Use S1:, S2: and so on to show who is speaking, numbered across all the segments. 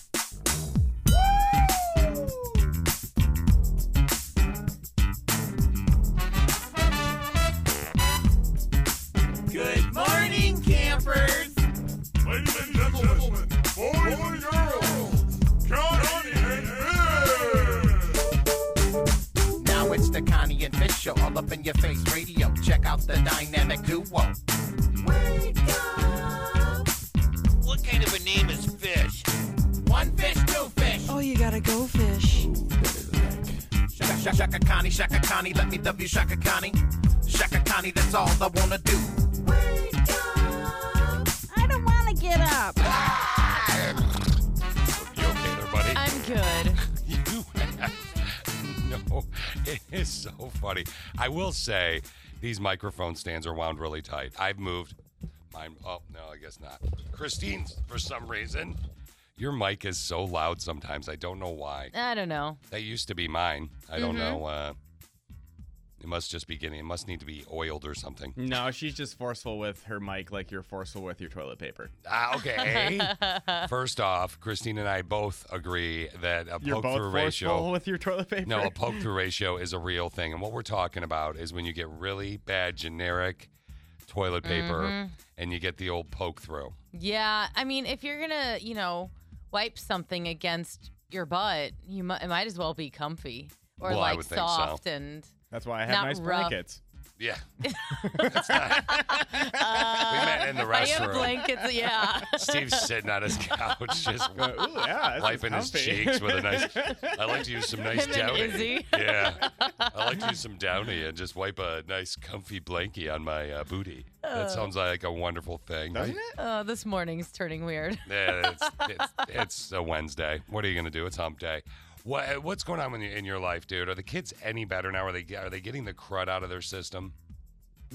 S1: Good morning, campers.
S2: Ladies and gentlemen, boys and girls, Johnny and
S3: Now it's the Connie and Fish show, all up in your face radio. Check out the dynamic duo.
S4: What kind of a name is Fish?
S3: One fish, two fish.
S5: Oh, you gotta go fish.
S3: Shaka, shaka, shaka Connie, shaka Connie, let me W shaka Connie. Shaka Connie, that's all I wanna do.
S6: I don't want to get up.
S4: You okay there, buddy?
S7: I'm good.
S4: You no, it is so funny. I will say these microphone stands are wound really tight. I've moved mine. Oh no, I guess not. Christine's for some reason. Your mic is so loud sometimes. I don't know why.
S7: I don't know. Mm-hmm.
S4: That used to be mine. I don't know. Uh, it must just be getting. It must need to be oiled or something.
S8: No, she's just forceful with her mic like you're forceful with your toilet paper.
S4: Ah, okay. First off, Christine and I both agree that a
S8: You're
S4: poke
S8: both
S4: through
S8: forceful
S4: ratio.
S8: with your toilet paper.
S4: No, a poke through ratio is a real thing. And what we're talking about is when you get really bad generic toilet paper
S7: Mm-hmm.
S4: and you get the old poke through.
S7: Yeah, I mean, if you're gonna, you know, wipe something against your butt, you mi- it might as well be comfy or
S4: Well, I
S7: like
S4: would think so.
S7: soft and.
S8: That's why I have
S7: Not
S8: nice
S7: rough.
S8: blankets.
S4: Yeah. That's not- we met in the
S7: Uh, I have
S4: restroom.
S7: blankets. Yeah.
S4: Steve's sitting on his couch just
S8: But, ooh, yeah, this is
S4: wiping his
S8: comfy.
S4: cheeks with a nice. I like to use some nice
S7: Him and
S4: downy.
S7: Izzy.
S4: Yeah, I like to use some downy and just wipe a nice comfy blankie on my uh, booty. That sounds like a wonderful thing.
S8: Doesn't it?
S7: oh, this morning's turning weird.
S4: Yeah, it's, it's, it's a Wednesday. What are you gonna do? It's Hump Day. What what's going on in your, in your life, dude? Are the kids any better now? Are they are they getting the crud out of their system?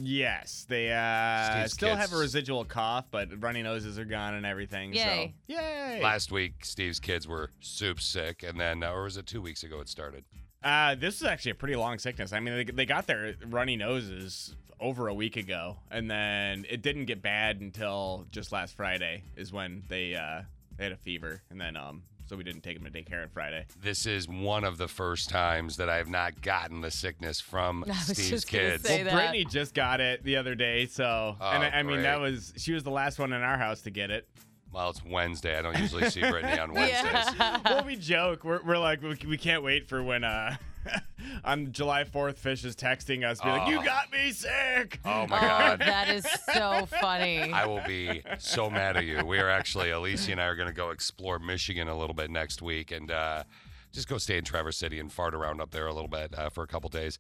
S8: Yes, they uh,
S4: Steve's
S8: still
S4: kids.
S8: have a residual cough, but runny noses are gone and everything.
S7: Yay.
S8: So. Yay!
S4: Last week, Steve's kids were soup sick, and then uh, or was it two weeks ago it started?
S8: Uh, this is actually a pretty long sickness. I mean, they, they got their runny noses over a week ago, and then it didn't get bad until just last Friday is when they uh, they had a fever, and then um, so we didn't take them to daycare on Friday.
S4: This is one of the first times that I have not gotten the sickness from
S7: I was
S4: Steve's
S7: just gonna
S4: kids.
S7: say-
S8: Well,
S7: that.
S8: Brittany just got it the other day, so and
S4: Oh,
S8: I, I mean that
S4: great.
S8: was she was the last one in our house to get it.
S4: Well, it's Wednesday. I don't usually see Brittany on Wednesdays.
S8: well, we joke. We're, we're like we, we can't wait for when uh on July Fourth, Fish is texting us, be like,
S4: Oh.
S8: "You got me sick."
S4: Oh my
S7: Oh,
S4: God.
S7: that is so funny.
S4: I will be so mad at you. We are actually, Alicia and I are going to go explore Michigan a little bit next week and uh, just go stay in Traverse City and fart around up there a little bit uh, for a couple days.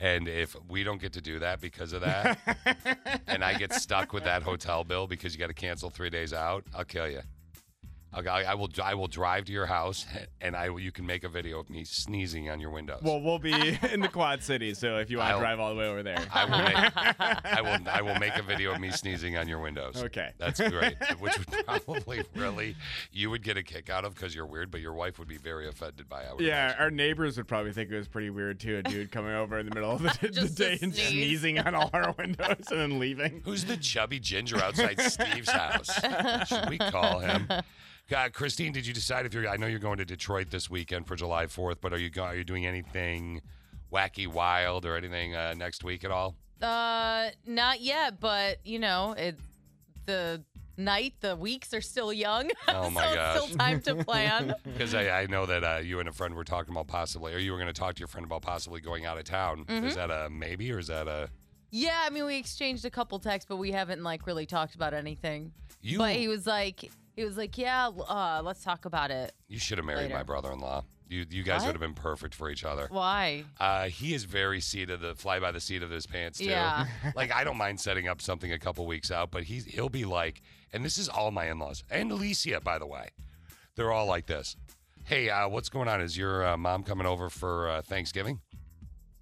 S4: And if we don't get to do that because of that, and I get stuck with that hotel bill because you got to cancel three days out, I'll kill you. I'll, I I will. I will drive to your house, and I will- you can make a video of me sneezing on your windows.
S8: Well, we'll be in the Quad City, so if you want
S4: I'll-
S8: to drive all the way over there,
S4: I will make I will I will make a video of me sneezing on your windows.
S8: Okay.
S4: That's great. Which would probably really you would get a kick out of because you're weird, but your wife would be very offended by I would
S8: yeah,
S4: imagine.
S8: our neighbors would probably think it was pretty weird too. A dude coming over in the middle of the, the
S7: Just to
S8: day and
S7: sneeze.
S8: sneezing on all our windows and then leaving.
S4: Who's the chubby ginger outside Steve's house? Should we call him? God, Christine, did you decide if you're I know you're going to Detroit this weekend for July 4th, but are you go, are you doing anything wacky wild or anything uh, next week at all?
S7: Uh, not yet, but you know, it the night, the weeks are still young.
S4: Oh, my
S7: so it's
S4: gosh.
S7: still time to plan.
S4: Because I, I know that uh, you and a friend were talking about possibly, or you were going to talk to your friend about possibly going out of town.
S7: Mm-hmm.
S4: Is that a maybe, or is that a
S7: yeah, I mean, we exchanged a couple texts, but we haven't like really talked about anything.
S4: you?
S7: But he was like, he was like, yeah, l- uh, let's talk about it.
S4: you should have married
S7: Later.
S4: my brother-in-law. You you guys
S7: What?
S4: would have been perfect for each other.
S7: Why?
S4: Uh, he is very seat of the fly by the seat of his pants too.
S7: Yeah.
S4: like I don't mind setting up something a couple weeks out, but he's he'll be like, and this is all my in-laws and Alicia, by the way, they're all like this. Hey, uh, what's going on? Is your uh, mom coming over for uh, Thanksgiving?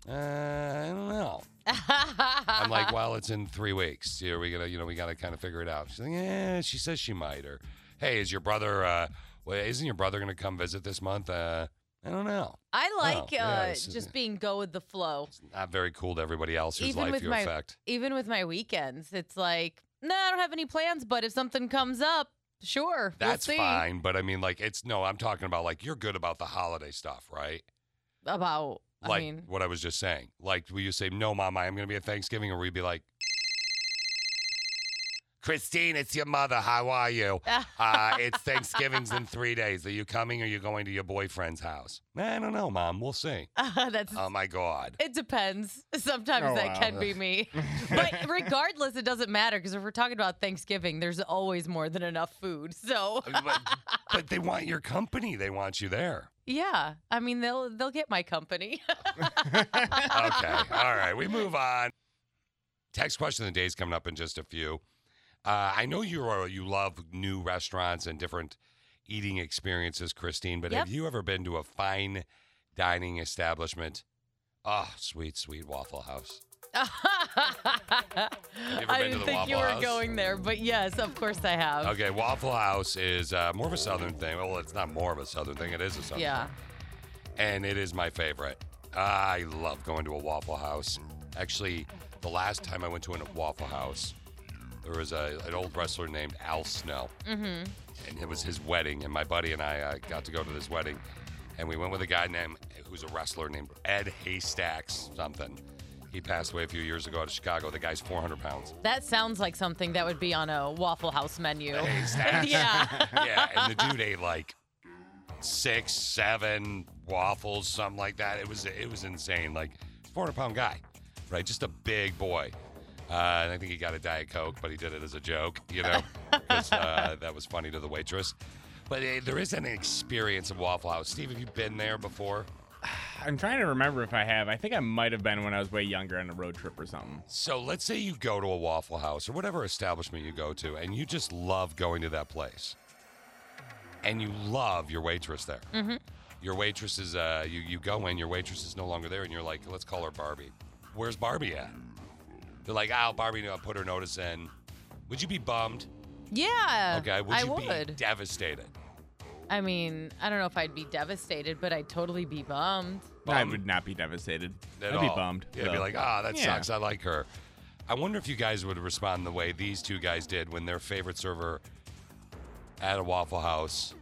S4: Uh, I don't know. I'm like,
S7: Uh-huh.
S4: well, it's in three weeks. Are we gonna, you know, we gotta kind of figure it out. She's like, yeah. She says she might. Or, hey, is your brother? Uh, well, isn't your brother gonna come visit this month? Uh, I don't know.
S7: I like
S4: Oh, yeah,
S7: uh,
S4: this is-
S7: just being go with the flow.
S4: Not very cool to everybody else whose
S7: Even
S4: life
S7: with
S4: you
S7: my
S4: affect.
S7: even with my weekends, it's like no, I don't have any plans, but if something comes up, sure. we'll
S4: That's
S7: see."
S4: fine, but I mean, like, it's no. I'm talking about like you're good about the holiday stuff, right?
S7: About, I
S4: Like
S7: mean,
S4: what I was just saying. Like, will you say no, Mama? I'm going to be at Thanksgiving, or we'd be like, Christine, it's your mother. How are you? Uh, it's Thanksgiving's in three days. Are you coming? Or are you going to your boyfriend's house? I don't know, Mom. We'll see.
S7: that's
S4: Oh my God.
S7: It depends. Sometimes
S8: Oh,
S7: that
S8: wow.
S7: can be me. but regardless, it doesn't matter because if we're talking about Thanksgiving, there's always more than enough food. So
S4: but, but they want your company. They want you there.
S7: yeah, I mean they'll they'll get my company.
S4: okay. All right. We move on. Text question of the day is coming up in just a few. Uh, I know you are you love new restaurants and different eating experiences, Christine. But have
S7: Yep.
S4: you ever been to a fine dining establishment? Oh, sweet, sweet Waffle House. ever
S7: I
S4: been to
S7: didn't
S4: the
S7: think you
S4: Waffle
S7: were
S4: House?
S7: going there, but yes, of course I have.
S4: Okay, Waffle House is uh, more of a Southern thing. Well, it's not more of a Southern thing. It is a Southern.
S7: Yeah.
S4: thing. and it is my favorite. I love going to a Waffle House. Actually, the last time I went to a Waffle House, there was a, an old wrestler named Al Snow, mm-hmm. and it was his wedding. And my buddy and I uh, got to go to this wedding, and we went with a guy named who's a wrestler named Ed Haystacks something. He passed away a few years ago out of Chicago. The guy's 400 pounds.
S7: That sounds like something that would be on a Waffle House menu.
S4: Haystacks.
S7: yeah.
S4: yeah, and the dude ate like six, seven waffles, something like that. It was it was insane. Like four hundred pound guy, right? Just a big boy. Uh, and I think he got a diet coke, but he did it as a joke, you know, 'cause, uh, that was funny to the waitress. But eh, there is an experience of Waffle House. Steve, have you been there before?
S8: I'm trying to remember if I have. I think I might have been when I was way younger on a road trip or something.
S4: So let's say you go to a Waffle House or whatever establishment you go to, and you just love going to that place, and you love your waitress there. Mm-hmm. Your waitress is uh, you you go in, your waitress is no longer there, and you're like, let's call her Barbie. Where's Barbie at? They're like, oh, Barbie, no, put her notice in. Would you be bummed?
S7: Yeah.
S4: Okay, would
S7: I
S4: you be
S7: would.
S4: devastated?
S7: I mean, I don't know if I'd be devastated, but I'd totally be bummed.
S8: I
S4: Bummed.
S8: would not be devastated.
S4: at
S8: I'd be
S4: all.
S8: bummed.
S4: Yeah, I'd be
S8: though.
S4: like, ah, that
S8: Yeah.
S4: sucks. I like her. I wonder if you guys would respond the way these two guys did when their favorite server at a Waffle House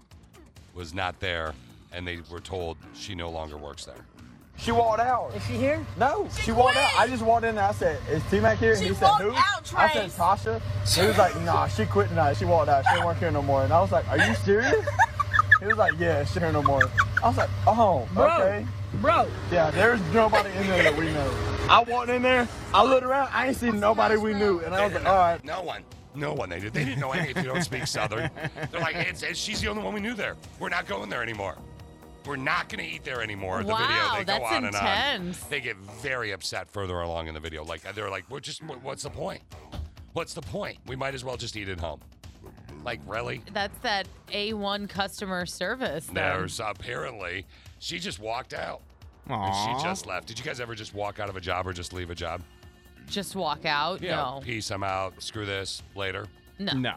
S4: was not there and they were told she no longer works there.
S5: She walked out. Is she here? No, she, walked out. I just walked in and I said, "Is T Mac here?"
S1: She
S5: he said,
S1: walked
S5: "Who?"
S1: out,
S5: I said,
S1: Trace.
S5: "Tasha." He was like, "Nah, she quit tonight. She walked out. She didn't work here no more." And I was like, "Are you serious?" He was like, "Yeah, she here no more." I was like, "Oh, okay."
S9: Bro,
S5: Yeah, there's nobody in there that we know. I walked in there. I looked around. I ain't seen nobody we knew, and I was like, "All right."
S4: No one. No one. They, did. they didn't know any if you don't speak Southern. They're like, it's, it's, she's the only one we knew there. We're not going there anymore. We're not going to eat there anymore. The video,
S7: Wow,
S4: they go
S7: that's
S4: on and on.
S7: intense.
S4: They get very upset further along in the video. Like, they're like, we're just, wh- what's the point? What's the point? We might as well just eat at home. Like, really?
S7: That's that A1 customer service. then.
S4: There's apparently, she just walked out. And
S8: Aw.
S4: she just left. Did you guys ever just walk out of a job or just leave a job?
S7: Just walk out.
S4: Yeah.
S7: no.
S4: Peace, I'm out. Screw this. Later.
S7: no.
S8: No.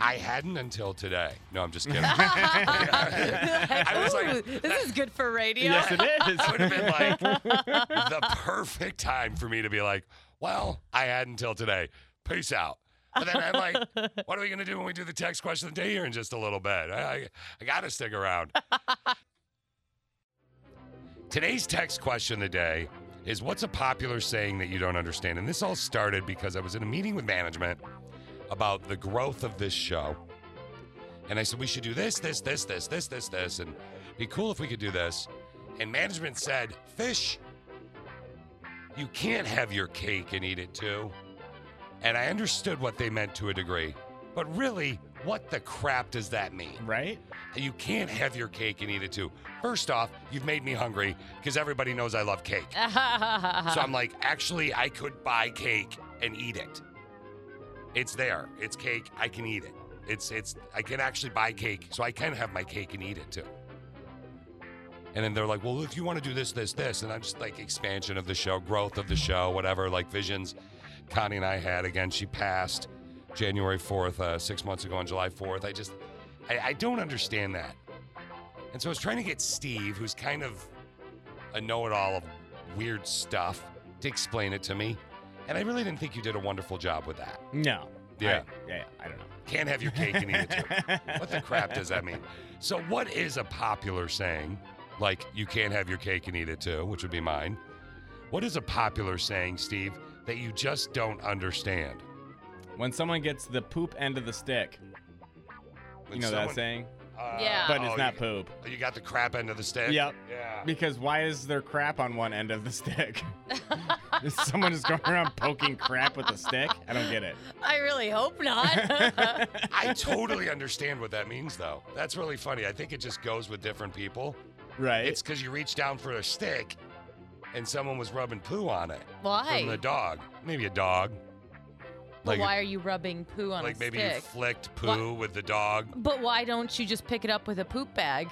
S4: I hadn't until today. No, I'm just kidding. I was like,
S7: Ooh, this is good for radio.
S8: Yes, it is.
S4: would have been like the perfect time for me to be like, well, I had until today. Peace out. But then I'm like, what are we going to do when we do the text question of the day here in just a little bit? I, I, I got to stick around. Today's text question of the day is what's a popular saying that you don't understand? And this all started because I was in a meeting with management about the growth of this show. And I said, we should do this, this, this, this, this, this, this, and be cool if we could do this. And management said, Fish, you can't have your cake and eat it too. And I understood what they meant to a degree. But really, what the crap does that mean?
S8: Right?
S4: You can't have your cake and eat it too. First off, you've made me hungry because everybody knows I love cake. So I'm like, actually, I could buy cake and eat it. It's there. It's cake. I can eat it. It's it's. I can actually buy cake, so I can have my cake and eat it too. And then they're like, well, if you want to do this, this, this, and I'm just like expansion of the show, growth of the show, whatever, like visions. Connie and I had again. She passed January 4th, uh, six months ago on July 4th. I just, I, I don't understand that. And so I was trying to get Steve, who's kind of a know it all of weird stuff to explain it to me. And I really didn't think you did a wonderful job with that.
S8: No.
S4: Yeah.
S8: I, yeah. I don't know.
S4: Can't have your cake and eat it too. what the crap does that mean? So, what is a popular saying? Like, you can't have your cake and eat it too, which would be mine. What is a popular saying, Steve, that you just don't understand?
S8: When someone gets the poop end of the stick,
S4: When
S8: you know
S4: someone-
S8: that saying?
S4: Uh,
S7: Yeah.
S8: But
S4: oh,
S8: it's
S4: you-
S8: not poop.
S4: You got the crap end of the stick?
S8: Yep.
S4: Yeah.
S8: Because why is there crap on one end of the stick? is someone just going around poking crap with a stick? I don't get it.
S7: I really hope not.
S4: I totally understand what that means, though. That's really funny. I think it just goes with different people.
S8: Right.
S4: It's because you reached down for a stick and someone was rubbing poo on it
S7: why?
S4: from the dog. Maybe a dog.
S7: But why are you rubbing poo on
S4: like
S7: a
S4: maybe you
S7: stick?
S4: flicked poo
S7: Wha-
S4: with the dog
S7: but why don't you just pick it up with a poop bag?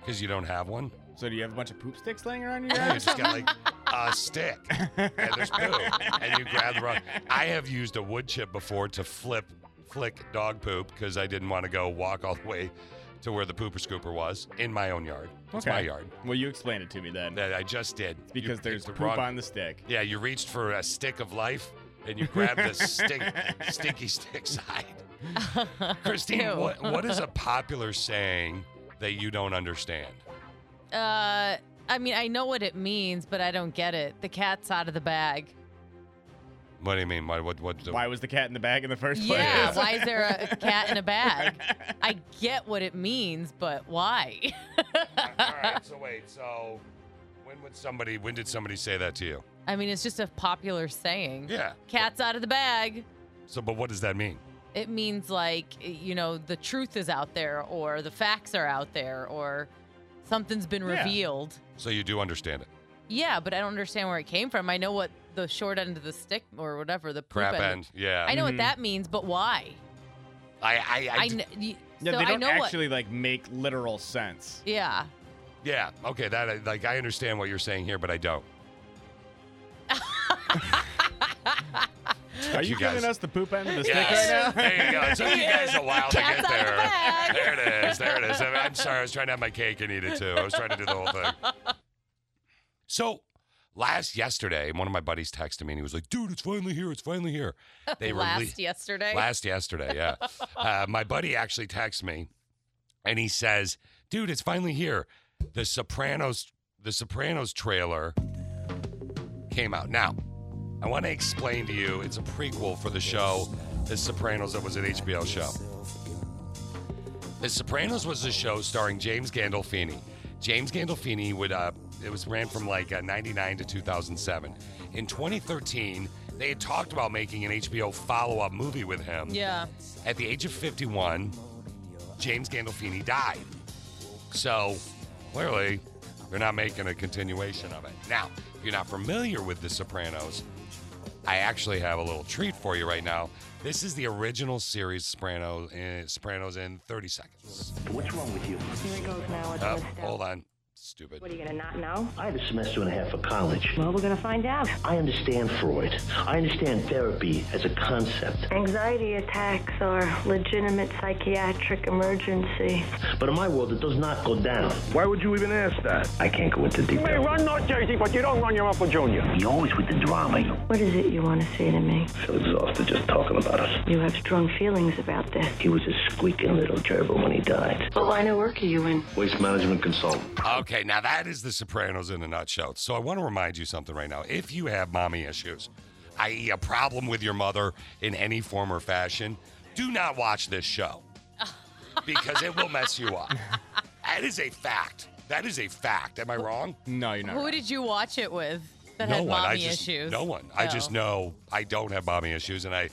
S4: because you don't have one.
S8: so do you have a bunch of poop sticks laying around your
S4: You
S8: house?
S4: just got like a stick and there's poo, and you grab the wrong. I have used a wood chip before to flip flick dog poop because I didn't want to go walk all the way to where the pooper scooper was in my own yard. It's my
S8: Okay.
S4: yard
S8: Well, you explain it to me then.
S4: that I just did You
S8: Because
S4: picked
S8: there's poop
S4: wrong-
S8: on the stick.
S4: Yeah, you reached for a stick of life and you grabbed the stink, stinky stick side.
S7: Ew.
S4: Christine, what, what is a popular saying that you don't understand?
S7: Uh, I mean, I know what it means, but I don't get it. The cat's out of the bag.
S4: What do you mean? Why? What? What?
S8: Why was the cat in the bag in the first
S7: Yeah,
S8: place?
S7: why is there a cat in a bag? I get what it means, but why?
S4: All right. So wait. So when would somebody? When did somebody say that to you?
S7: I mean, it's just a popular saying.
S4: Yeah.
S7: Cat's out of the bag.
S4: So, but what does that mean?
S7: It means like, you know, the truth is out there or the facts are out there or something's been
S8: Yeah.
S7: revealed.
S4: So you do understand it?
S7: Yeah, but I don't understand where it came from. I know what the short end of the stick or whatever, the poop
S4: Crap
S7: end.
S4: end. Yeah. Mm-hmm.
S7: I know
S8: Mhm.
S7: what that means, but why?
S4: I. I. I,
S7: I,
S4: d-
S7: kn- y-
S8: Yeah,
S7: so
S8: they
S7: I
S8: don't
S7: know
S8: actually like make literal sense.
S7: what. Yeah.
S4: yeah. Okay. That. I- Like I understand what you're saying here, but I don't.
S8: Are you,
S4: you guys-
S8: giving us the poop end of the
S4: Yes.
S8: stick right now?
S4: There you go. It took you guys a while to
S7: Cat's
S4: get
S7: out of the
S4: there.
S7: bag.
S4: There it is. There it is. I'm I'm sorry. I was trying to have my cake and eat it too. I was trying to do the whole thing. So last yesterday, one of my buddies texted me and he was like, "Dude, it's finally here. It's finally here." They
S7: Last
S4: rele-
S7: yesterday.
S4: last yesterday. Yeah, uh, my buddy actually texts me, and he says, "Dude, it's finally here. The Sopranos, the Sopranos trailer came out now." I want to explain to you it's a prequel for the show The Sopranos that was an HBO show. The Sopranos was a show starring James Gandolfini. James Gandolfini would uh, it was ran from like uh, 99 to 2007. In 2013, they had talked about making an HBO follow-up movie with him.
S7: yeah.
S4: At the age of 51, James Gandolfini died. So clearly, they're not making a continuation of it. Now, if you're not familiar with The Sopranos, I actually have a little treat for you right now. This is the original series Sopranos in, Sopranos in 30 seconds.
S9: What's wrong with you?
S10: Here it goes now. It's
S4: Oh,
S10: missed out.
S4: hold on. Stupid.
S10: What are you gonna not know?
S9: I have a semester and a half of college.
S10: Well, we're gonna find out.
S9: I understand Freud. I understand therapy as a concept.
S11: Anxiety attacks are legitimate psychiatric emergency.
S9: But in my world, it does not go down.
S12: Why would you even ask that?
S9: I can't go into
S12: You may
S9: detail.
S12: run North Jersey, but you don't run your Uncle Junior.
S9: You're always with the drama. You
S11: What is it you want to say to me?
S9: feel exhausted just talking about us.
S11: You have strong feelings about this.
S9: He was a squeaking little gerbil when he died.
S11: What line of work are you in?
S9: Waste management consultant.
S4: Okay, now that is The Sopranos in a nutshell. So I want to remind you something right now. If you have mommy issues, i.e., a problem with your mother in any form or fashion, do not watch this show because it will mess you up. That is a fact. That is a fact. Am I wrong?
S8: No, you're not.
S7: Who
S8: right.
S7: did you watch it with that
S4: no
S7: had
S4: one. I
S7: mommy
S4: just,
S7: issues?
S4: No one. I just
S7: Oh.
S4: know I don't have mommy issues, and I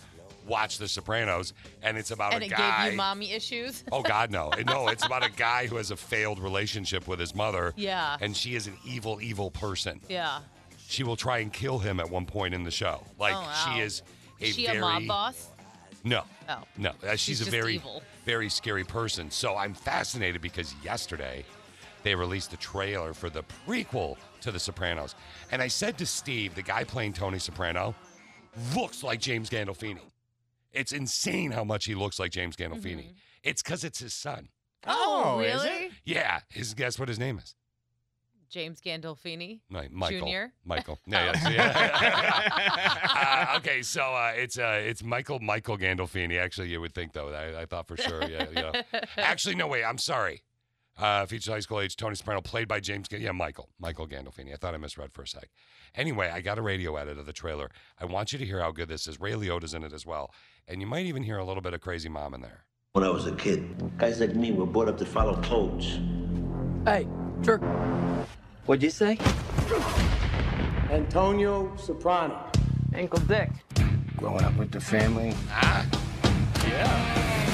S4: watch The Sopranos, and it's about
S7: And
S4: a
S7: it
S4: guy.
S7: gave you mommy issues?
S4: Oh God, no! No, it's about a guy who has a failed relationship with his mother.
S7: Yeah.
S4: and she is an evil, evil person.
S7: yeah.
S4: She will try and kill him at one point in the show. Like
S7: Oh,
S4: she
S7: wow.
S4: is a
S7: Is she
S4: very
S7: a mob boss?
S4: no,
S7: Oh.
S4: no. Uh, she's,
S7: She's
S4: a
S7: just
S4: very,
S7: evil.
S4: very scary person. So I'm fascinated because yesterday they released the trailer for the prequel to The Sopranos, and I said to Steve, the guy playing Tony Soprano, looks like James Gandolfini. It's insane how much he looks like James Gandolfini.
S7: Mm-hmm.
S4: It's because it's his son.
S7: Oh,
S8: is
S7: really?
S8: it?
S4: Yeah, his guess what his name is?
S7: James Gandolfini.
S4: Right, Michael.
S7: Junior.
S4: Michael. Yeah, yes, yeah. Uh, okay, so uh, it's uh, it's Michael Michael Gandolfini. Actually, you would think though. I, I thought for sure. Yeah, yeah. Actually, no wait. I'm sorry. Uh, featured high school age Tony Soprano, played by James. Gan- yeah, Michael Michael Gandolfini. I thought I misread for a sec. Anyway, I got a radio edit of the trailer. I want you to hear how good this is. Ray Liotta's in it as well, and you might even hear a little bit of Crazy Mom in there.
S9: When I was a kid, guys like me were brought up to follow codes.
S13: Hey, jerk.
S9: What'd you say?
S13: Antonio Soprano. Ankle Dick.
S9: Growing up with the family. Ah, yeah.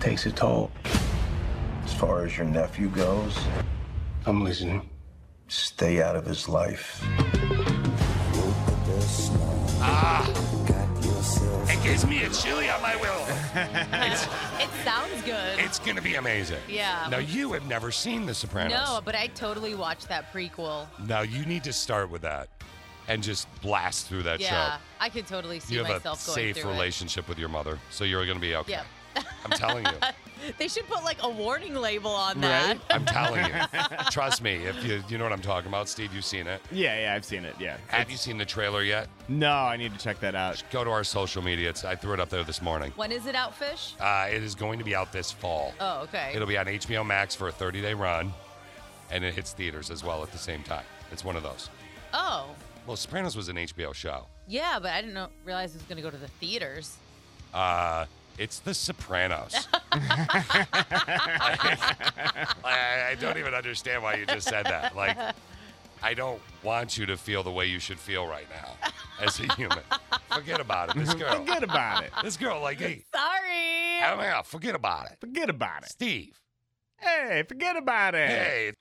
S9: Takes a toll. As far as your nephew goes, I'm listening. Stay out of his life.
S4: Ah, it gives me a chilly on my will. it's,
S7: It sounds good.
S4: it's gonna be amazing.
S7: Yeah.
S4: Now you have never seen The Sopranos.
S7: No, but I totally watched that prequel.
S4: Now you need to start with that and just blast through that
S7: yeah,
S4: show.
S7: I could totally see
S4: you have a
S7: myself going
S4: safe
S7: through
S4: relationship with your mother, so you're going to be
S7: it.
S4: okay.
S7: Yeah.
S4: I'm telling you.
S7: They should put like a warning label on that.
S4: Right? I'm telling you. Trust me, if you you know what I'm talking about, Steve, you've seen it.
S8: Yeah, yeah, I've seen it. Yeah.
S4: Have you seen the trailer yet?
S8: No, I need to check that out.
S4: Go to our social media. It's, I threw it up there this morning.
S7: When is it out, Fish?
S4: Uh, it is going to be out this fall.
S7: Oh, okay.
S4: It'll be on HBO Max for a 30 day run, and it hits theaters as well at the same time. It's one of those.
S7: Oh,
S4: Well, Sopranos was an HBO show.
S7: yeah, but I didn't know, realize it was going to go to the theaters.
S4: Uh, it's The Sopranos. I, I don't even understand why you just said that. Like, I don't want you to feel the way you should feel right now as a human. Forget about it. This girl.
S8: Forget about it.
S4: This girl, like, hey,
S7: Sorry.
S4: hang out. Forget about it.
S8: Forget about it.
S4: Steve.
S8: Hey, forget about it.
S4: Hey.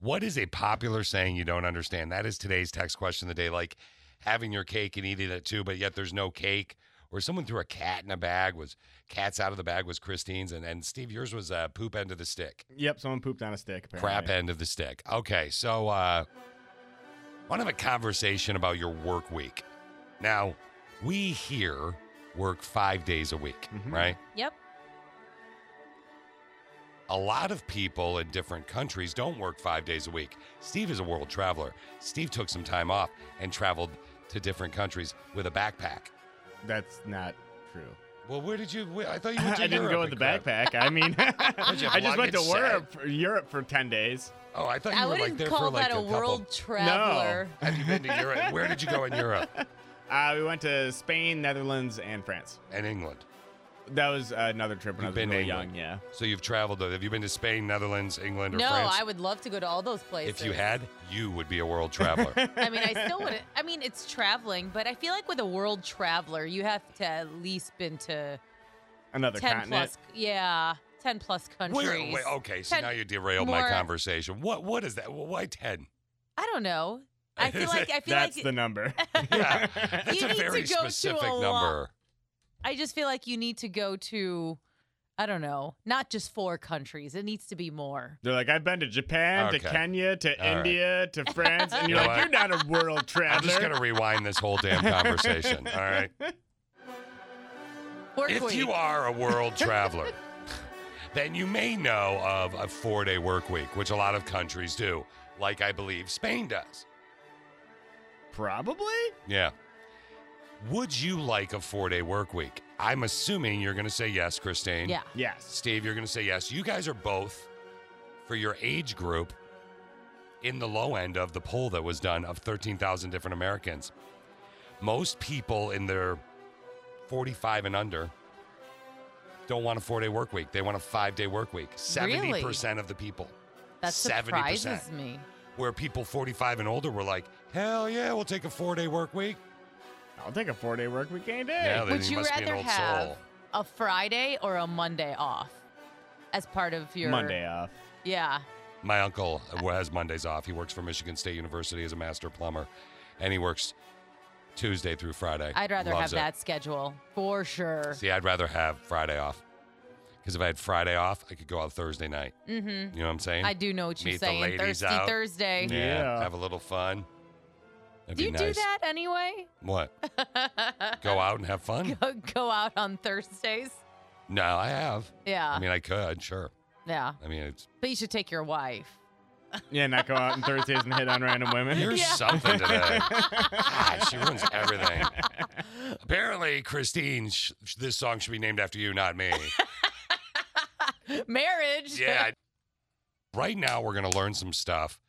S4: What is a popular saying you don't understand? That is today's text question of the day. Like having your cake and eating it too, but yet there's no cake. Or someone threw a cat in a bag was cats out of the bag was Christine's and, and Steve, yours was uh, poop end of the stick.
S8: Yep, someone pooped on a stick. Apparently.
S4: Crap end of the stick. Okay, so uh want to have a conversation about your work week. Now, we here work five days a week, right?
S7: Yep.
S4: a lot of people in different countries don't work five days a week. Steve is a world traveler. Steve took some time off and traveled to different countries with a backpack.
S8: That's not true.
S4: Well, where did you? Where, I thought you went to
S8: I didn't
S4: Europe
S8: go with the
S4: and crap.
S8: backpack. I mean,
S4: you
S8: I just
S4: plug
S8: went to
S4: it, set?
S8: Europe for, Europe for ten days.
S4: Oh, I thought you
S7: I
S4: were
S7: wouldn't
S4: like there
S7: call
S4: for like
S7: that
S4: a,
S7: a,
S4: couple.
S7: world traveler.
S4: Have you been to Europe? Where did you go in Europe
S8: Uh, we went to Spain, Netherlands, and France.
S4: and England?
S8: That was another trip when
S4: You've
S8: I was
S4: been
S8: really
S4: to England.
S8: young. Yeah.
S4: So you've traveled. though. Have you been to Spain, Netherlands, England, or
S7: No,
S4: France?
S7: I would love to go to all those places.
S4: If you had, you would be a world traveler.
S7: I mean, I still wouldn't. I mean, it's traveling, but I feel like with a world traveler, you have to at least been to
S8: Another
S7: 10
S8: continent.
S7: plus. Yeah, 10 plus countries.
S4: Where, wait, okay, so
S7: Ten-
S4: now you derailed my
S7: more-
S4: conversation. What? What is that? Why ten?
S7: I don't know. I feel like I feel
S8: That's
S7: like
S8: the number.
S4: Yeah, that's
S7: You
S4: a
S7: need to
S4: very
S7: go to a
S4: specific
S7: lo-
S4: number.
S7: I just feel like you need to go to I don't know, not just four countries. It needs to be more.
S8: They're like, I've been to Japan, to
S4: Okay.
S8: Kenya, to
S4: All right.
S8: India, to France, and you're
S4: You know
S8: like,
S4: what?
S8: you're not a world traveler.
S4: I'm just going to rewind this whole damn conversation. All right.
S7: Work
S4: If
S7: week.
S4: you are a world traveler, then you may know of a four day work week, which a lot of countries do, like I believe Spain does.
S8: Probably.
S4: Yeah. Would you like a four day work week? I'm assuming you're going to say yes, Christine.
S7: yeah.
S8: Yes.
S4: Steve, you're going to say yes. You guys are both, for your age group, in the low end of the poll that was done of 13,000 different Americans. Most people in their 45 and under don't want a four day work week. They want a five day work week. 70%
S7: Really?
S4: of the people. 70%.
S7: That surprises me.
S4: Where people 45 and older were like, hell yeah, we'll take a four day work week.
S8: I'll take a four day work week any day.
S4: Yeah, then
S7: Would
S4: you
S7: you
S4: must be
S7: rather
S4: an old
S7: have
S4: soul.
S7: a Friday or a Monday off as part of your
S8: Monday off.
S7: Yeah.
S4: My uncle has Mondays off. He works for Michigan State University as a master plumber, and he works Tuesday through Friday.
S7: I'd rather have
S4: Loves it.
S7: that schedule for sure.
S4: See, I'd rather have Friday off because if I had Friday off, I could go out Thursday night.
S7: Mm-hmm.
S4: You know what I'm saying?
S7: I do know what you're
S4: Meet the
S7: saying.
S4: ladies
S7: Thirsty
S4: out.
S7: Thursday.
S4: yeah,
S8: Yeah.
S4: have a little fun. That'd
S7: Do
S4: be
S7: you
S4: nice.
S7: do that anyway?
S4: What? Go out and have fun?
S7: go, go out on Thursdays?
S4: No, I have.
S7: Yeah.
S4: I mean, I could, sure.
S7: yeah.
S4: I mean, it's
S7: But you should take your wife.
S8: Yeah, not go out on Thursdays and hit on random women.
S4: You're something today. God, she ruins everything. Apparently, Christine, sh- sh- this song should be named after you, not me.
S7: Marriage.
S4: Yeah. Right now, we're going to learn some stuff.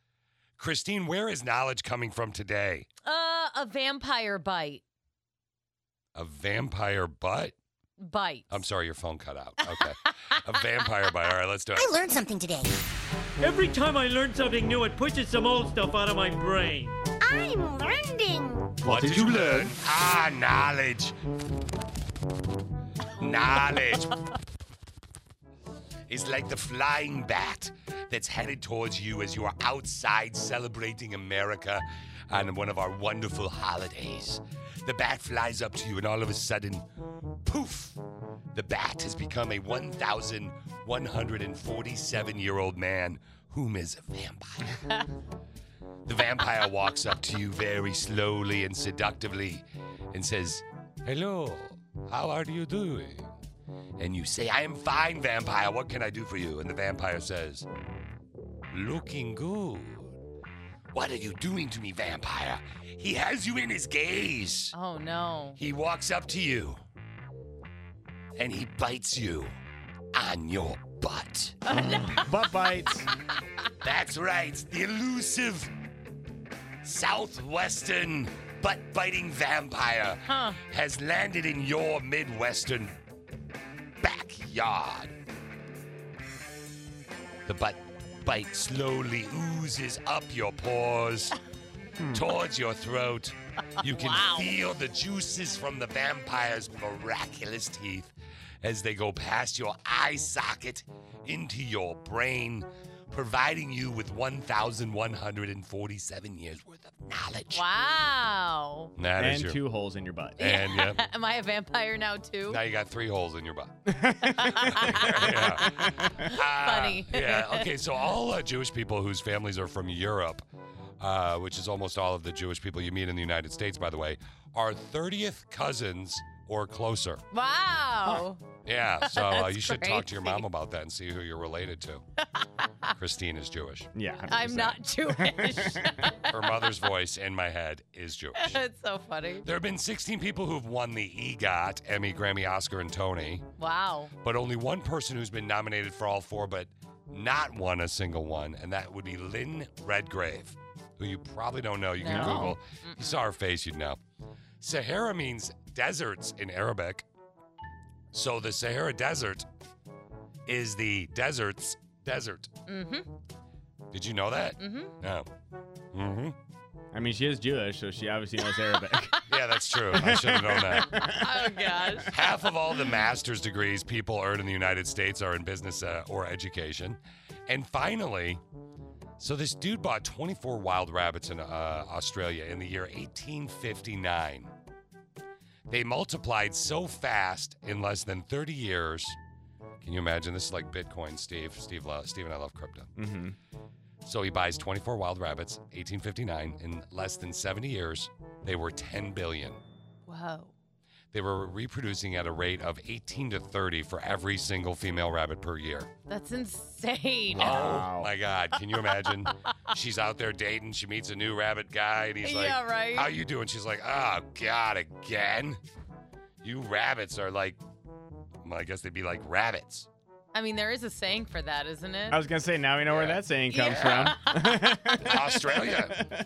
S4: Christine, where is knowledge coming from today?
S7: Uh, a vampire bite.
S4: A vampire butt?
S7: Bite.
S4: I'm sorry, your phone cut out. Okay. a vampire butt. All right, let's do it.
S14: learned something today.
S15: Every time I learn something new, it pushes some old stuff out of my brain.
S14: I'm learning.
S4: What did you learn? Ah, knowledge. Knowledge. is like the flying bat that's headed towards you as you are outside celebrating America on one of our wonderful holidays. The bat flies up to you, and all of a sudden, poof, the bat has become a 1,147 year old man whom is a vampire. the vampire walks up to you very slowly and seductively and says, Hello, how are you doing? And you say, I am fine, vampire. What can I do for you? And the vampire says, Looking good. What are you doing to me, vampire? He has you in his gaze.
S7: Oh no.
S4: He walks up to you and he bites you on your butt.
S8: butt bites.
S4: That's right, the elusive southwestern butt biting vampire
S7: Huh.
S4: has landed in your midwestern backyard. The butt bite slowly oozes up your pores towards your throat. You can
S2: Wow.
S4: feel the juices from the vampire's miraculous teeth as they go past your eye socket into your brain, providing you with 1,147 years worth of knowledge.
S7: Wow.
S4: That is
S8: and
S4: your-
S8: two holes in your butt.
S7: Eh,
S4: And yeah,
S7: Am I a vampire now too?
S4: now you got three holes in your butt.
S7: Funny.
S4: Uh, yeah. Okay. So all uh, Jewish people whose families are from Europe, uh, which is almost all of the Jewish people you meet in the United States, by the way, are thirtieth cousins or closer.
S7: Wow.
S4: Yeah. So uh,
S7: That's
S4: you should talk to your
S7: crazy.
S4: mom about that and see who you're related to. Christine is Jewish.
S8: Yeah.
S7: I'm not Jewish.
S4: Her mother's voice in my head is Jewish.
S7: it's so funny.
S4: There have been 16 people who've won the EGOT, Emmy, Grammy, Oscar, and Tony.
S7: Wow.
S4: but only one person who's been nominated for all four, but not won a single one, and that would be Lynn Redgrave, who you probably don't know. You can
S2: No.
S4: Google. If you saw her face, you'd know. Sahara means deserts in Arabic. So the Sahara Desert is the desert's desert.
S7: Mm-hmm.
S4: Did you know that?
S7: Mm-hmm.
S4: No. Mm-hmm.
S8: I mean, she is Jewish, so she obviously knows Arabic.
S4: yeah, that's true. I should have known that.
S7: Oh gosh.
S4: Half of all the master's degrees people earn in the United States are in business uh, or education. And finally, so this dude bought 24 wild rabbits in uh, Australia in the year 1859. They multiplied so fast in less than 30 years. Can you imagine? This is like Bitcoin, Steve. Steve, lo- Steve and I love crypto.
S8: Mm-hmm.
S4: So he buys 24 wild rabbits, 1859. In less than 70 years, they were 10 billion
S7: Whoa.
S4: they were reproducing at a rate of 18 to 30 for every single female rabbit per year.
S7: That's insane.
S4: Oh my God! Can you imagine? She's out there dating. She meets a new rabbit guy, and he's like,
S7: Yeah, right.
S4: "How you doing?" She's like, "Oh God, again! You rabbits are like, well, I guess they'd be like rabbits."
S7: I mean, there is a saying for that, isn't it?
S8: I was gonna say now we know where that saying comes from.
S4: Australia.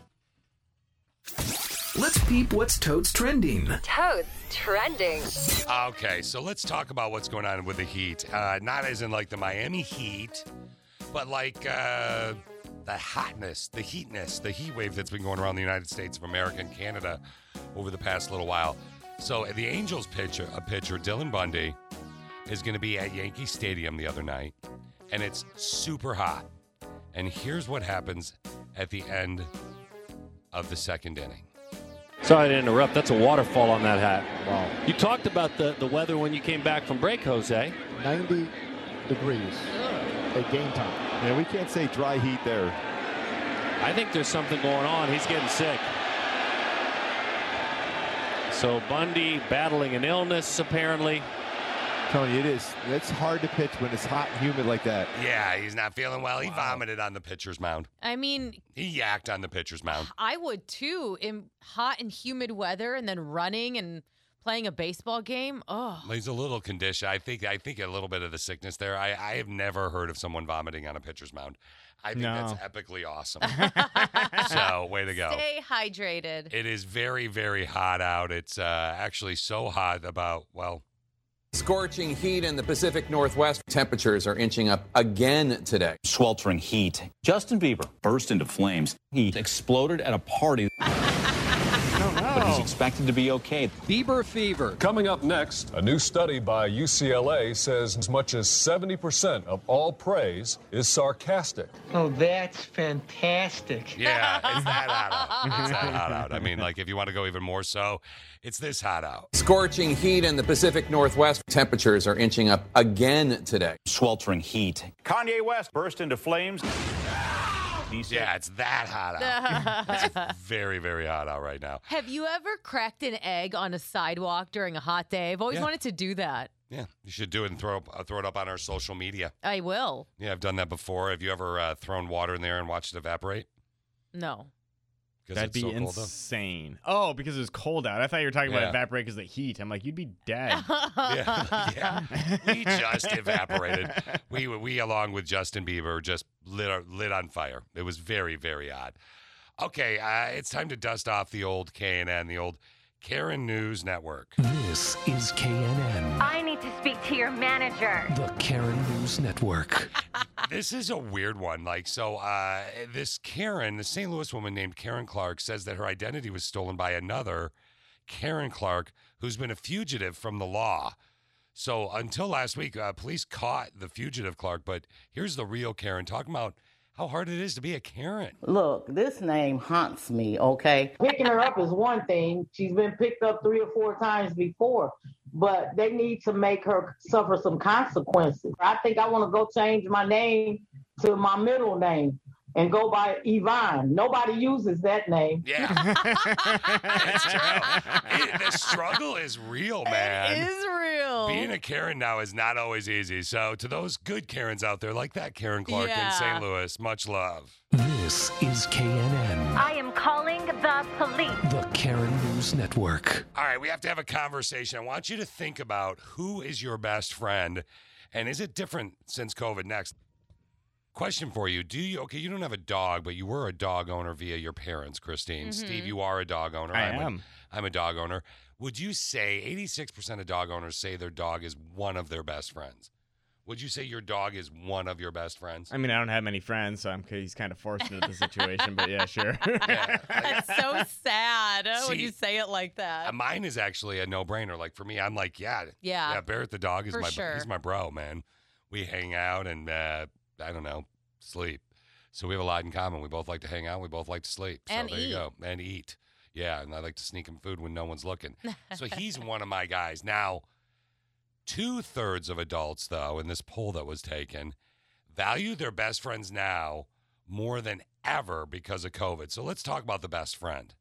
S16: Let's peep what's totes trending.
S17: Toads trending.
S4: Okay, so let's talk about what's going on with the Heat. Uh, not as in like the Miami Heat, but like uh, the hotness, the heatness, the heat wave that's been going around the United States of America and Canada over the past little while. So the Angels pitcher, a pitcher, Dylan Bundy, is going to be at Yankee Stadium the other night, and it's super hot. And here's what happens at the end of the second inning.
S18: Sorry to interrupt. That's a waterfall on that hat. Wow. You talked about the, the weather when you came back from break, Jose.
S19: 90 degrees at game time.
S18: Yeah, we can't say dry heat there. I think there's something going on. He's getting sick. So Bundy battling an illness apparently.
S20: Tony, it is. It's hard to pitch when it's hot and humid like that.
S4: Yeah, he's not feeling well. He vomited on the pitcher's mound.
S7: I mean,
S4: He yacked on the pitcher's mound.
S7: I would too in hot and humid weather and then running and playing a baseball game. Oh,
S4: He's a little conditioned. I think. I think a little bit of the sickness there. I, I have never heard of someone vomiting on a pitcher's mound. I think that's
S8: No.
S4: epically awesome. so way to go.
S7: stay hydrated.
S4: It is very, very hot out. It's uh, actually so hot about, well. Scorching heat in the Pacific Northwest.
S21: Temperatures are inching up again today. Sweltering heat. Justin Bieber burst into flames. He exploded at a party. But he's expected to be okay.
S22: Bieber fever. Coming up next, a new study by UCLA says as much as 70% of all praise is sarcastic.
S13: Oh, that's fantastic.
S4: Yeah, it's that hot out. It's that hot out. I mean, like, if you want to go even more so, it's this hot out.
S21: Scorching heat in the Pacific Northwest. Temperatures are inching up again today. Sweltering heat.
S23: Kanye West burst into flames.
S4: Yeah, it's that hot out. it's very, very hot out right now.
S7: Have you ever cracked an egg on a sidewalk during a hot day? I've always
S4: Yeah.
S7: wanted to do that.
S4: Yeah, you should do it and throw, up- uh, throw it up on our social media.
S7: I will.
S4: Yeah, I've done that before. Have you ever uh, thrown water in there and watched it evaporate?
S7: No.
S4: 'Cause
S8: That'd
S4: it's
S8: be
S4: so cold out.
S8: insane. Oh, because it was cold out. I thought you were talking
S4: Yeah.
S8: about evaporate because of the heat. I'm like, you'd be dead.
S4: yeah, we just evaporated. We we along with Justin Bieber just lit our- lit on fire. It was very very odd. Okay, uh, it's time to dust off the old K and N, the old Karen News Network.
S16: This is KNN,
S14: I need to speak to your manager.
S16: the Karen News Network.
S4: this is a weird one. Like, so uh, this Karen, the St. Louis woman named Karen Clark, says that her identity was stolen by another Karen Clark, who's been a fugitive from the law. So until last week, uh, police caught the fugitive Clark, but here's the real Karen talking about how hard it is to be a Karen.
S24: Look, this name haunts me, okay?
S25: Picking her up is one thing. She's been picked up three or four times before, but they need to make her suffer some consequences. I think I want to go change my name to my middle name and go by Yvonne. Nobody uses that name.
S4: Yeah. It- the struggle is real, man.
S7: Is real.
S4: Being a Karen now is not always easy. So, to those good Karens out there, like that Karen Clark
S14: Yeah.
S4: in St. Louis, much love.
S16: This is KNN,
S14: I am calling the police.
S16: the Karen News Network.
S4: All right, we have to have a conversation. I want you to think about who is your best friend and is it different since COVID next? Question for you. Do you okay, you don't have a dog, but you were a dog owner via your parents, Christine. Steve,
S26: Mhm.
S4: you are a dog owner.
S8: Mm-hmm.
S4: I'm
S8: I
S4: a-
S8: am.
S4: I'm a dog owner. Would you say 86% of dog owners say their dog is one of their best friends? Would you say your dog is one of your best friends?
S8: I mean, I don't have many friends, so I'm he's kind of forced into the situation. But yeah, sure.
S7: That's so sad uh, when
S4: See,
S7: you say it like that.
S4: Uh, Mine is actually a no-brainer. Like for me, I'm like, yeah,
S7: Yeah.
S4: yeah. Barrett the dog is
S7: For
S4: my
S7: sure.
S4: he's my bro, man. We hang out and uh, I don't know, sleep. So we have a lot in common. We both like to hang out. We both like to sleep. So
S7: And
S4: there
S7: eat.
S4: you go, and eat. Yeah, and I like to sneak him food when no one's looking. So he's one of my guys. Now, two thirds of adults, though, in this poll that was taken, value their best friends now more than ever because of COVID. So let's talk about the best friend.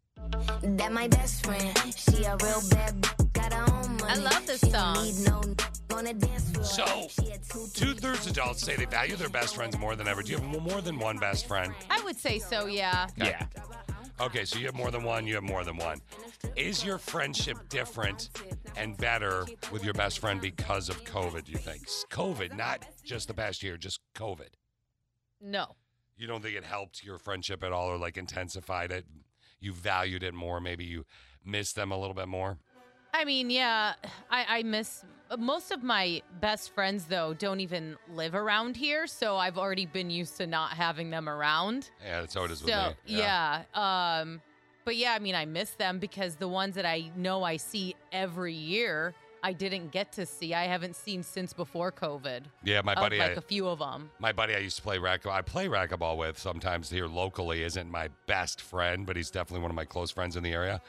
S27: That my best friend. She a real bad b- got her own money. I love this song. Need no n- on the dance floor.
S4: So, two thirds adults say they value their best friends more than ever. Do you have more than one best friend?
S7: I would say so, yeah.
S4: Yeah. Okay, so you have more than one, you have more than one. Is your friendship different and better with your best friend because of COVID, you think? S- COVID, not just the past year, just COVID.
S7: No.
S4: You don't think it helped your friendship at all or like intensified it? You valued it more, maybe you missed them a little bit more?
S7: I mean, yeah, I, I miss most of my best friends, though, don't even live around here. So I've already been used to not having them around.
S4: Yeah, that's how Oh, it is
S7: So,
S4: with me.
S7: yeah. Um, but yeah, I mean, I miss them because the ones that I know I see every year, I didn't get to see. I haven't seen since before COVID.
S4: Yeah, my
S7: Of,
S4: buddy,
S7: Oh, like
S4: I-
S7: a few of them.
S4: My buddy I used to play racquetball. I play racquetball with sometimes here locally. Isn't my best friend, but he's definitely one of my close friends in the area.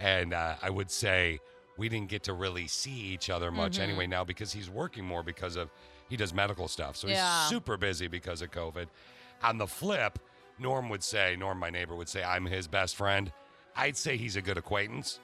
S4: And uh, I would say we didn't get to really see each other much
S7: Mm-hmm.
S28: Mhm.
S4: anyway now because he's working more because of he does medical stuff, so
S28: Yeah.
S4: he's super busy because of COVID. On the flip, Norm would say, Norm, my neighbor would say,
S7: Ah,
S4: I'm his best friend. I'd say he's a good acquaintance.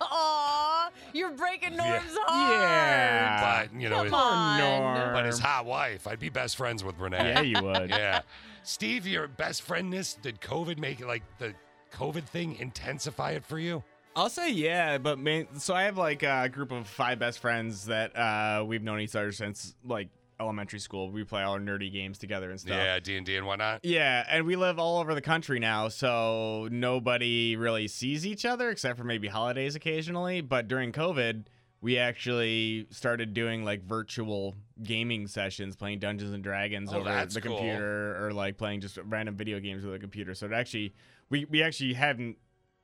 S7: Aw, You're breaking Norm's
S4: Yeah.
S7: heart.
S4: Yeah. But, you know,
S7: Come
S4: his-
S7: on.
S4: but his hot wife, I'd be best friends with Renee.
S8: Yeah, you would.
S4: yeah. Steve, your best friendness, did COVID make it like the COVID thing intensify it for you?
S8: I'll say yeah, but man, so I have like a group of five best friends that uh, we've known each other since like elementary school. We play all our nerdy games together and stuff.
S4: Yeah, D&D and whatnot.
S8: Yeah, and we live all over the country now, so nobody really sees each other except for maybe holidays occasionally. But during COVID, we actually started doing like virtual gaming sessions, playing Dungeons and Dragons
S4: Oh,
S8: over
S4: that's
S8: the
S4: cool.
S8: computer, or like playing just random video games with a computer. So it actually, we we actually hadn't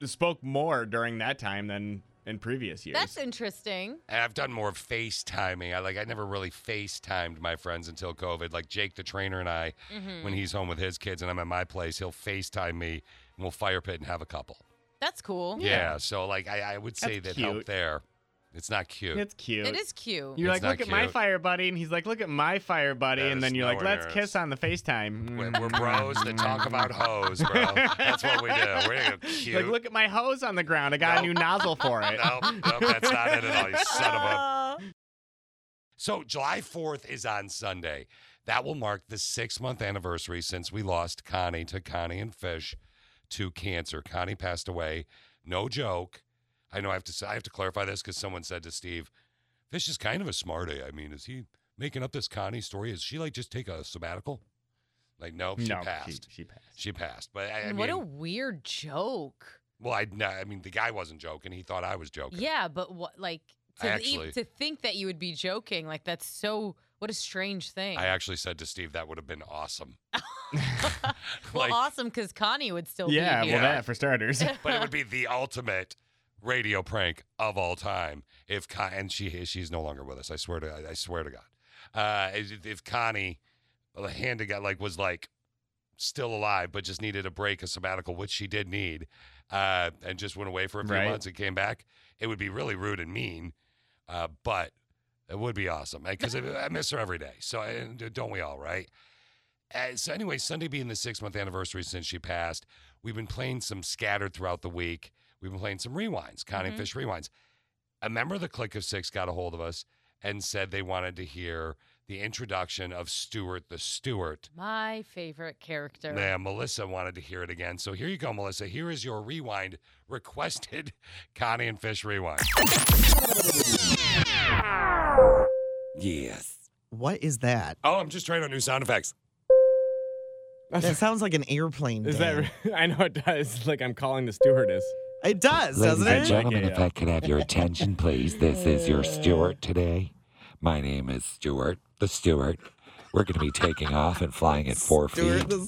S8: spoke more during that time than in previous years.
S7: That's interesting.
S4: And I've done more FaceTiming. I like I never really FaceTimed my friends until COVID. Like Jake the trainer and I,
S7: Mhm.
S4: when he's home with his kids and I'm at my place, he'll FaceTime me and we'll fire pit and have a couple.
S7: That's cool.
S4: Yeah. so like I, I would say
S8: That's
S4: that helped
S8: cute.
S4: there. It's not cute.
S8: It's cute.
S7: It is cute.
S8: You're
S4: It's
S8: like, look
S4: not
S8: at my
S4: cute.
S8: fire buddy, and he's like, look at my fire buddy,
S4: That
S8: and then
S4: is
S8: you're like,
S4: nowhere
S8: let's
S4: near
S8: kiss on the FaceTime. Mm.
S4: We're, we're bros that talk about hoes, bro. That's what we do. We're cute.
S8: Like, look at my hose on the ground. I got a new nozzle for it.
S4: Nope, nope, that's not it at all, you son of a. So July 4th is on Sunday. That will mark the six month anniversary since we lost Connie to Connie and Fish to cancer. Connie passed away. No joke. I know I have to say, I have to clarify this because someone said to Steve, Fish is kind of a smarty. I mean, is he making up this Connie story? Is she like just take a sabbatical? Like, no, she
S8: No, she-
S4: passed.
S8: She, passed.
S4: She passed. But I, I
S7: And what a
S4: mean,
S7: weird joke.
S4: well, I, no, I mean, the guy wasn't joking. He thought I was joking.
S7: Yeah, but what like
S4: I
S7: to
S4: actually-
S7: e- to think that you would be joking like that's so what a strange thing.
S4: I actually said to Steve that would have been awesome.
S7: well,
S4: like-
S7: awesome because Connie would still
S8: Yeah,
S7: be
S8: well,
S7: here.
S8: that for starters.
S4: but it would be the ultimate radio prank of all time if Con- and she she's no longer with us. I swear to I, I swear to God. Uh, if, if Connie uh, hand got like was like still alive but just needed a break, a sabbatical, which she did need, uh, and just went away for a few
S8: Right.
S4: months and came back, it would be really rude and mean, uh, but it would be awesome because I miss her every day. So and don't we all, right? Uh, so anyway, Sunday being the six month anniversary since she passed, we've been playing some scattered throughout the week. We've been playing some rewinds,
S1: Mhm.
S4: Connie
S7: Mm-hmm.
S4: and Fish rewinds. A member of the Click of Six got a hold of us and said they wanted to hear the introduction of Stuart the Stewart.
S7: My favorite character.
S4: Yeah, Melissa wanted to hear it again. So here you go, Melissa. Here is your rewind requested Connie and Fish rewind. Yes.
S6: What is that?
S4: Oh, I'm just trying out new sound effects.
S6: That sounds like an airplane.
S8: Is
S6: Dan.
S8: that? I know it does. Like I'm calling the stewardess.
S6: It does,
S3: Ladies
S6: doesn't
S3: and
S6: it?
S3: gentlemen, if I could have your attention, please. This is your steward today. My name is Stewart, the steward. We're going to be taking off and flying at four
S8: Stewart
S3: feet.
S8: the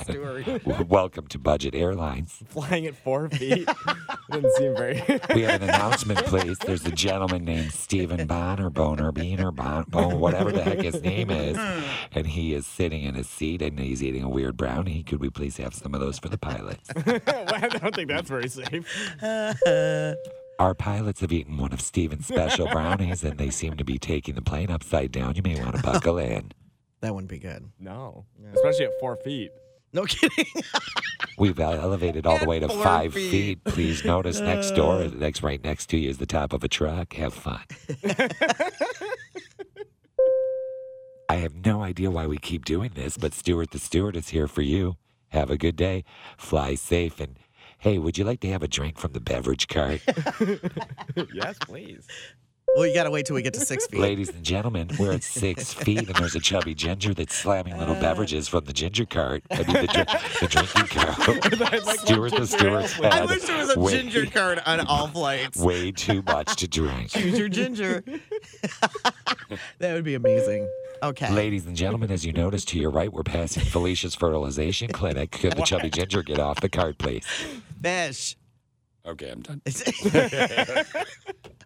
S8: steward.
S3: Welcome to Budget Airlines.
S8: Flying at four feet doesn't seem very.
S3: We have an announcement, please. There's a gentleman named Stephen Bonner, Boner, Beaner, Bon, Bon, whatever the heck his name is. And he is sitting in his seat and he's eating a weird brownie. Could we please have some of those for the pilots?
S8: I don't think that's very safe.
S3: Our pilots have eaten one of Steven's special brownies and they seem to be taking the plane upside down. You may want to buckle in.
S6: That wouldn't be good.
S8: No. Especially at four feet.
S6: No kidding.
S3: We've elevated all the way to
S6: Four
S3: five
S6: feet.
S3: feet. Please notice next
S6: Uh.
S3: door, next right next to you is the top of a truck. Have fun. I have no idea why we keep doing this, but Stuart the Steward is here for you. Have a good day. Fly safe and hey, would you like to have a drink from the beverage cart?
S8: yes, please.
S6: Well, you gotta wait till we get to six feet.
S3: Ladies and gentlemen, we're at six feet, and there's a chubby ginger that's slamming
S6: Uh.
S3: little beverages from the ginger cart. I mean, the, dr- the drinking cart. Stewart the Stewart's
S6: I
S3: had
S6: wish there was a
S3: way,
S6: ginger card on all flights.
S3: Way too much to drink.
S6: Choose your ginger. that would be amazing. Okay.
S3: Ladies and gentlemen, as you notice to your right, we're passing Felicia's Fertilization Clinic. Could the chubby ginger get off the cart, please?
S6: Bish.
S4: Okay, I'm done.
S6: that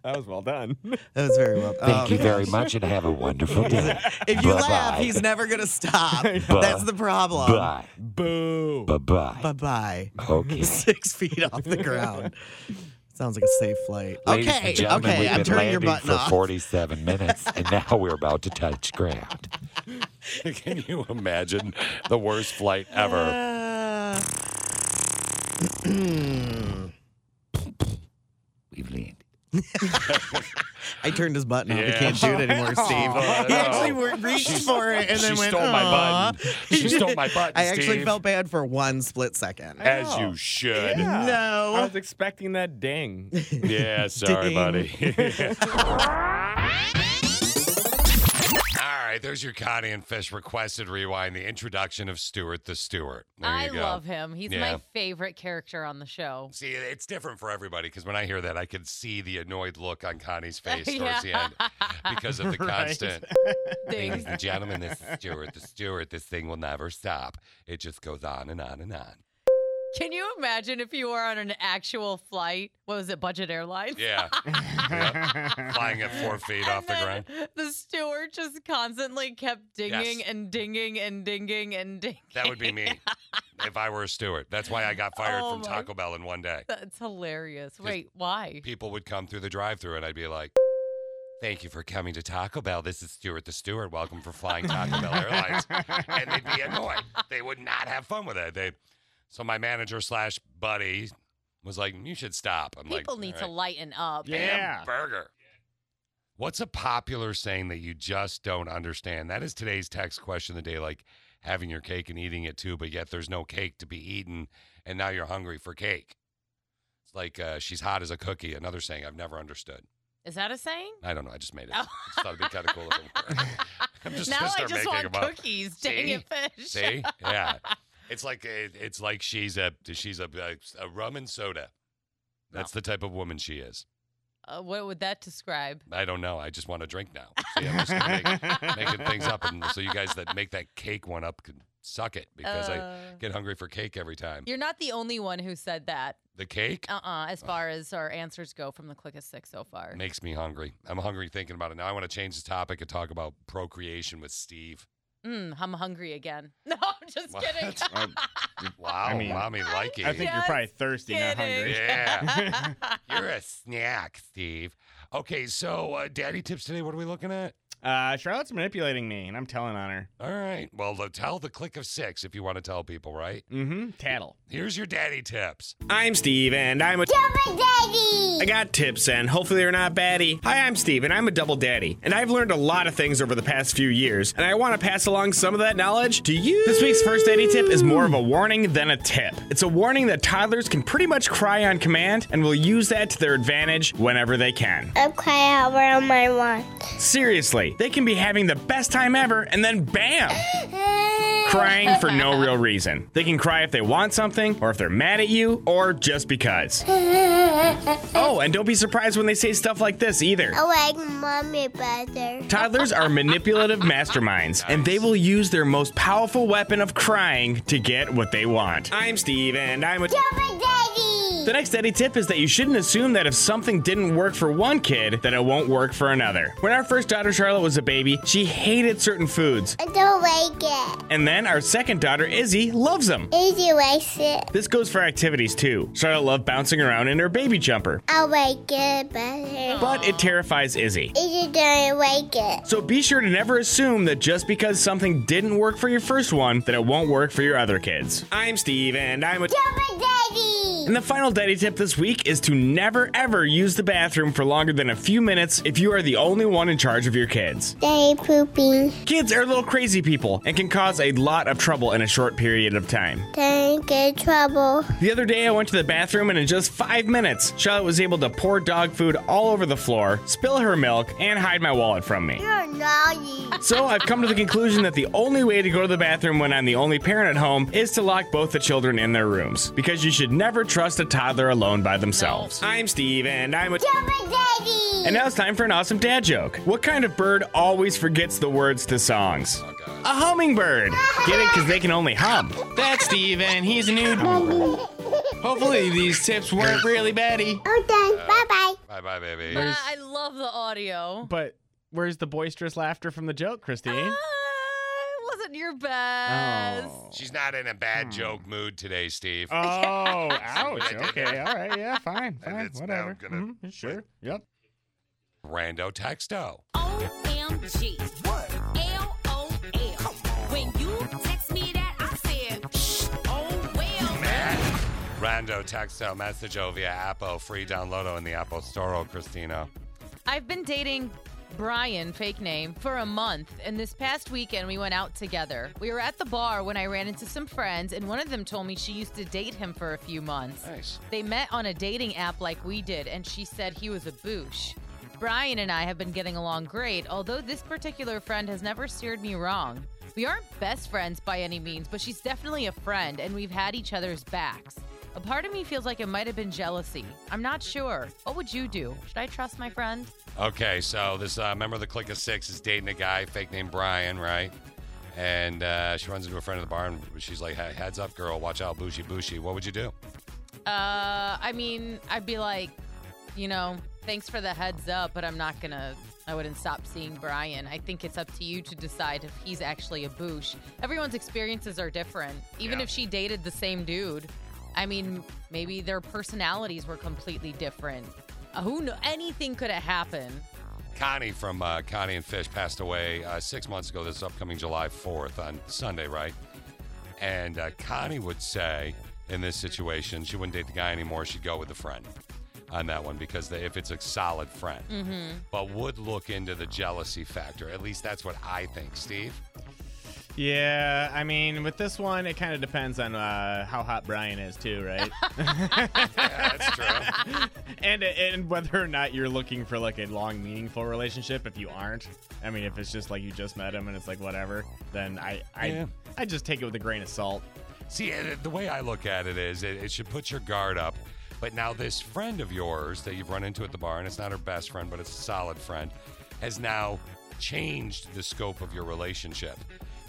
S8: was well done.
S6: That was very well done. Um,
S3: Thank you very much, and have a wonderful day.
S6: If you laugh,
S3: Bye-bye.
S6: he's never gonna stop.
S3: Buh.
S6: That's the problem.
S3: Bye.
S8: Boo.
S3: Bye bye.
S6: Bye bye.
S3: Okay.
S6: Six feet off the ground. Sounds like a safe flight.
S3: Ladies
S6: okay.
S3: and gentlemen,
S6: okay.
S3: we've
S6: I'm
S3: been
S6: turning your
S3: landing
S6: button
S3: for
S6: off.
S3: 47 minutes, and now we're about to touch ground.
S4: Can you imagine the worst flight ever?
S6: Uh,
S3: We've landed.
S29: I turned his
S9: Oh,
S29: button off. He
S4: Yeah.
S29: can't do it anymore,
S4: Aw.
S29: Steve. he actually wor- reached
S4: She-
S29: for it and
S4: she
S29: then went.
S4: stole my
S29: "Aw."
S4: button. She stole my button,
S29: I actually
S4: Steve.
S29: felt bad for one split second.
S4: As you should.
S29: No.
S3: I was expecting that ding.
S4: Yeah, sorry,
S3: Ding.
S4: buddy. All right, there's your Connie and Fish requested rewind. The introduction of Stuart the Stewart. There
S7: I
S4: you go.
S7: love him. He's
S4: Yeah.
S7: my favorite character on the show.
S4: See, it's different for everybody because when I hear that, I can see the annoyed look on Connie's face towards
S7: Yeah.
S4: the end because of the
S7: Right.
S4: constant. Ladies and gentlemen, this is Stuart the Stewart. This thing will never stop. It just goes on and on and on.
S7: Can you imagine if you were on an actual flight? What was it, budget airline?
S4: Yeah. Yep. Flying at four feet off the ground.
S7: The steward just constantly kept dinging
S4: Yes.
S7: and dinging and dinging and dinging.
S4: That would be me if I were a steward. That's why I got fired
S7: Oh
S4: from
S7: my-
S4: Taco Bell in one day.
S7: That's hilarious. Wait, why?
S4: People would come through the drive-through, and I'd be like, "Thank you for coming to Taco Bell. This is Stuart the Steward. Welcome for flying Taco Bell Airlines." And they'd be annoyed. They would not have fun with it. They, so my manager slash buddy was like, "You should stop." I'm like,
S7: People need to
S4: "All right."
S7: lighten up.
S4: Damn burger. What's a popular saying that you just don't understand? That is today's text question of the day, like having your cake and eating it too, but yet there's no cake to be eaten, and now you're hungry for cake. It's like uh, she's hot as a cookie. Another saying I've never understood.
S7: Is that a saying?
S4: I don't know. I just made it.
S7: Oh.
S4: I just thought it'd be kind of cool if it were. I'm just
S7: now
S4: gonna
S7: I
S4: start
S7: just
S4: making
S7: want
S4: them up.
S7: cookies. Dang
S4: See?
S7: it, fish.
S4: See, yeah, it's like it, it's like she's a she's a, a, a rum and soda. That's the type of woman she is.
S7: Uh, what would that describe?
S4: I don't know. I just want to drink now. See, I'm just gonna make, making things up, and so you guys that make that cake one up can suck it because
S7: Uh.
S4: I get hungry for cake every time.
S7: You're not the only one who said that.
S4: The cake
S7: Uh uh As far as our answers go from the quickest six so far.
S4: makes me hungry. I'm hungry thinking about it now. I want to change the topic and talk about procreation with Steve.
S7: Mm, I'm hungry again. No, I'm just
S4: What?
S7: kidding.
S4: wow,
S3: mean,
S4: mommy likey.
S3: I think you're probably thirsty, not hungry.
S4: Yeah, you're a snack, Steve. Okay, so uh, daddy tips today. What are we looking at?
S3: Uh, Charlotte's manipulating me, and I'm telling on her.
S4: All right. Well, the, tell the click of six if you want to tell people, right?
S3: Mm-hmm. Tattle.
S4: Here's your daddy tips.
S8: I'm Steve, and I'm a double daddy. I got tips, and hopefully they're not baddie. Hi, I'm Steve, and I'm a double daddy, and I've learned a lot of things over the past few years, and I want to pass along some of that knowledge to you. This week's first daddy tip is more of a warning than a tip. It's a warning that toddlers can pretty much cry on command, and will use that to their advantage whenever they can.
S17: Okay, I'll wear my one.
S8: Seriously, they can be having the best time ever, and then bam. crying for no real reason. They can cry if they want something, or if they're mad at you, or just because. Oh, and don't be surprised when they say stuff like this either.
S17: I like mommy better.
S8: Toddlers are manipulative masterminds, and they will use their most powerful weapon of crying to get what they want. I'm Steve, and I'm a.
S17: Double daddy.
S8: The next Eddie tip is that you shouldn't assume that if something didn't work for one kid, that it won't work for another. When our first daughter Charlotte was a baby, she hated certain foods,
S17: I don't like it.
S8: and then our second daughter Izzy loves them.
S17: Easy likes it.
S8: This goes for activities too. Charlotte loved bouncing around in her baby jumper,
S17: I like it better.
S8: but it terrifies Izzy.
S17: Izzy doesn't like it.
S8: So be sure to never assume that just because something didn't work for your first one, that it won't work for your other kids. I'm Steve, and I'm a.
S17: Double daddy.
S8: And the final daddy tip this week is to never ever use the bathroom for longer than a few minutes if you are the only one in charge of your kids.
S17: Daddy pooping.
S8: Kids are little crazy people and can cause a lot of trouble in a short period of time.
S17: Daddy get in trouble.
S8: The other day, I went to the bathroom, and in just five minutes, Charlotte was able to pour dog food all over the floor, spill her milk, and hide my wallet from me.
S17: You're naughty.
S8: So, I've come to the conclusion that the only way to go to the bathroom when I'm the only parent at home is to lock both the children in their rooms, because you should never trust a toddler alone by themselves. I'm Steve, and I'm a.
S17: Double daddy.
S8: And now it's time for an awesome dad joke. What kind of bird always forgets the words to songs? a hummingbird. Get it? Because they can only hum. That's Steve, and he's a new. Hopefully, these tips weren't really baddie.
S17: Okay, bye bye.
S4: Bye bye, baby.
S7: Ah, I love the audio.
S3: But where's the boisterous laughter from the joke, Christine?
S7: Ah, It wasn't your best.
S4: She's not in a bad joke mood today, Steve.
S8: Uh,
S3: Oh,
S4: ouch.
S3: Okay, all right, yeah, fine,
S4: And
S3: fine,
S4: it's now
S3: whatever.
S4: gonna-
S3: Mhm, sure, yep.
S4: Rando texto.
S10: OMG. What? LOL. When you text me that, I said, Shh, oh well.
S4: Rando texto message via Apple. Free download in the Apple Store, oh, Christina.
S7: I've been dating Brian, fake name, for a month, and this past weekend we went out together. We were at the bar when I ran into some friends, and one of them told me she used to date him for a few months.
S4: Nice.
S7: They met on a dating app like we did, and she said he was a boosh. Brian and I have been getting along great, although this particular friend has never steered me wrong. We aren't best friends by any means, but she's definitely a friend, and we've had each other's backs. A part of me feels like it might have been jealousy. I'm not sure. What would you do? Should I trust my friend?
S4: Okay, so this uh, member of the Click of Six is dating a guy, fake name Brian, right? And uh, she runs into a friend of the bar and she's like, hey, heads up, girl, watch out, bushy, bushy. What would you do?
S7: Uh, I mean, I'd be like, you know, thanks for the heads up, but I'm not gonna. I wouldn't stop seeing Brian. I think it's up to you to decide if he's actually a boosh. Everyone's experiences are different. Even
S4: Yeah.
S7: if she dated the same dude, I mean, maybe their personalities were completely different. Uh, who know? Anything could have happened.
S4: Connie from uh, Connie and Fish passed away uh, six months ago this upcoming July 4th on Sunday, right? And uh, Connie would say in this situation, she wouldn't date the guy anymore. She'd go with a friend on that one because the, if it's a solid friend,
S2: Mm-hmm.
S4: but would look into the jealousy factor. At least that's what I think, Steve.
S8: Yeah, I mean, with this one, it kind of depends on uh, how hot Brian is, too, right?
S4: that's true.
S8: and and whether or not you're looking for like a long, meaningful relationship. If you aren't, I mean, if it's just like you just met him and it's like whatever, then I I
S4: Yeah.
S8: I just take it with a grain of salt.
S4: See, uh, the way I look at it is it, it should put your guard up. But now, this friend of yours that you've run into at the bar, and it's not her best friend, but it's a solid friend, has now changed the scope of your relationship.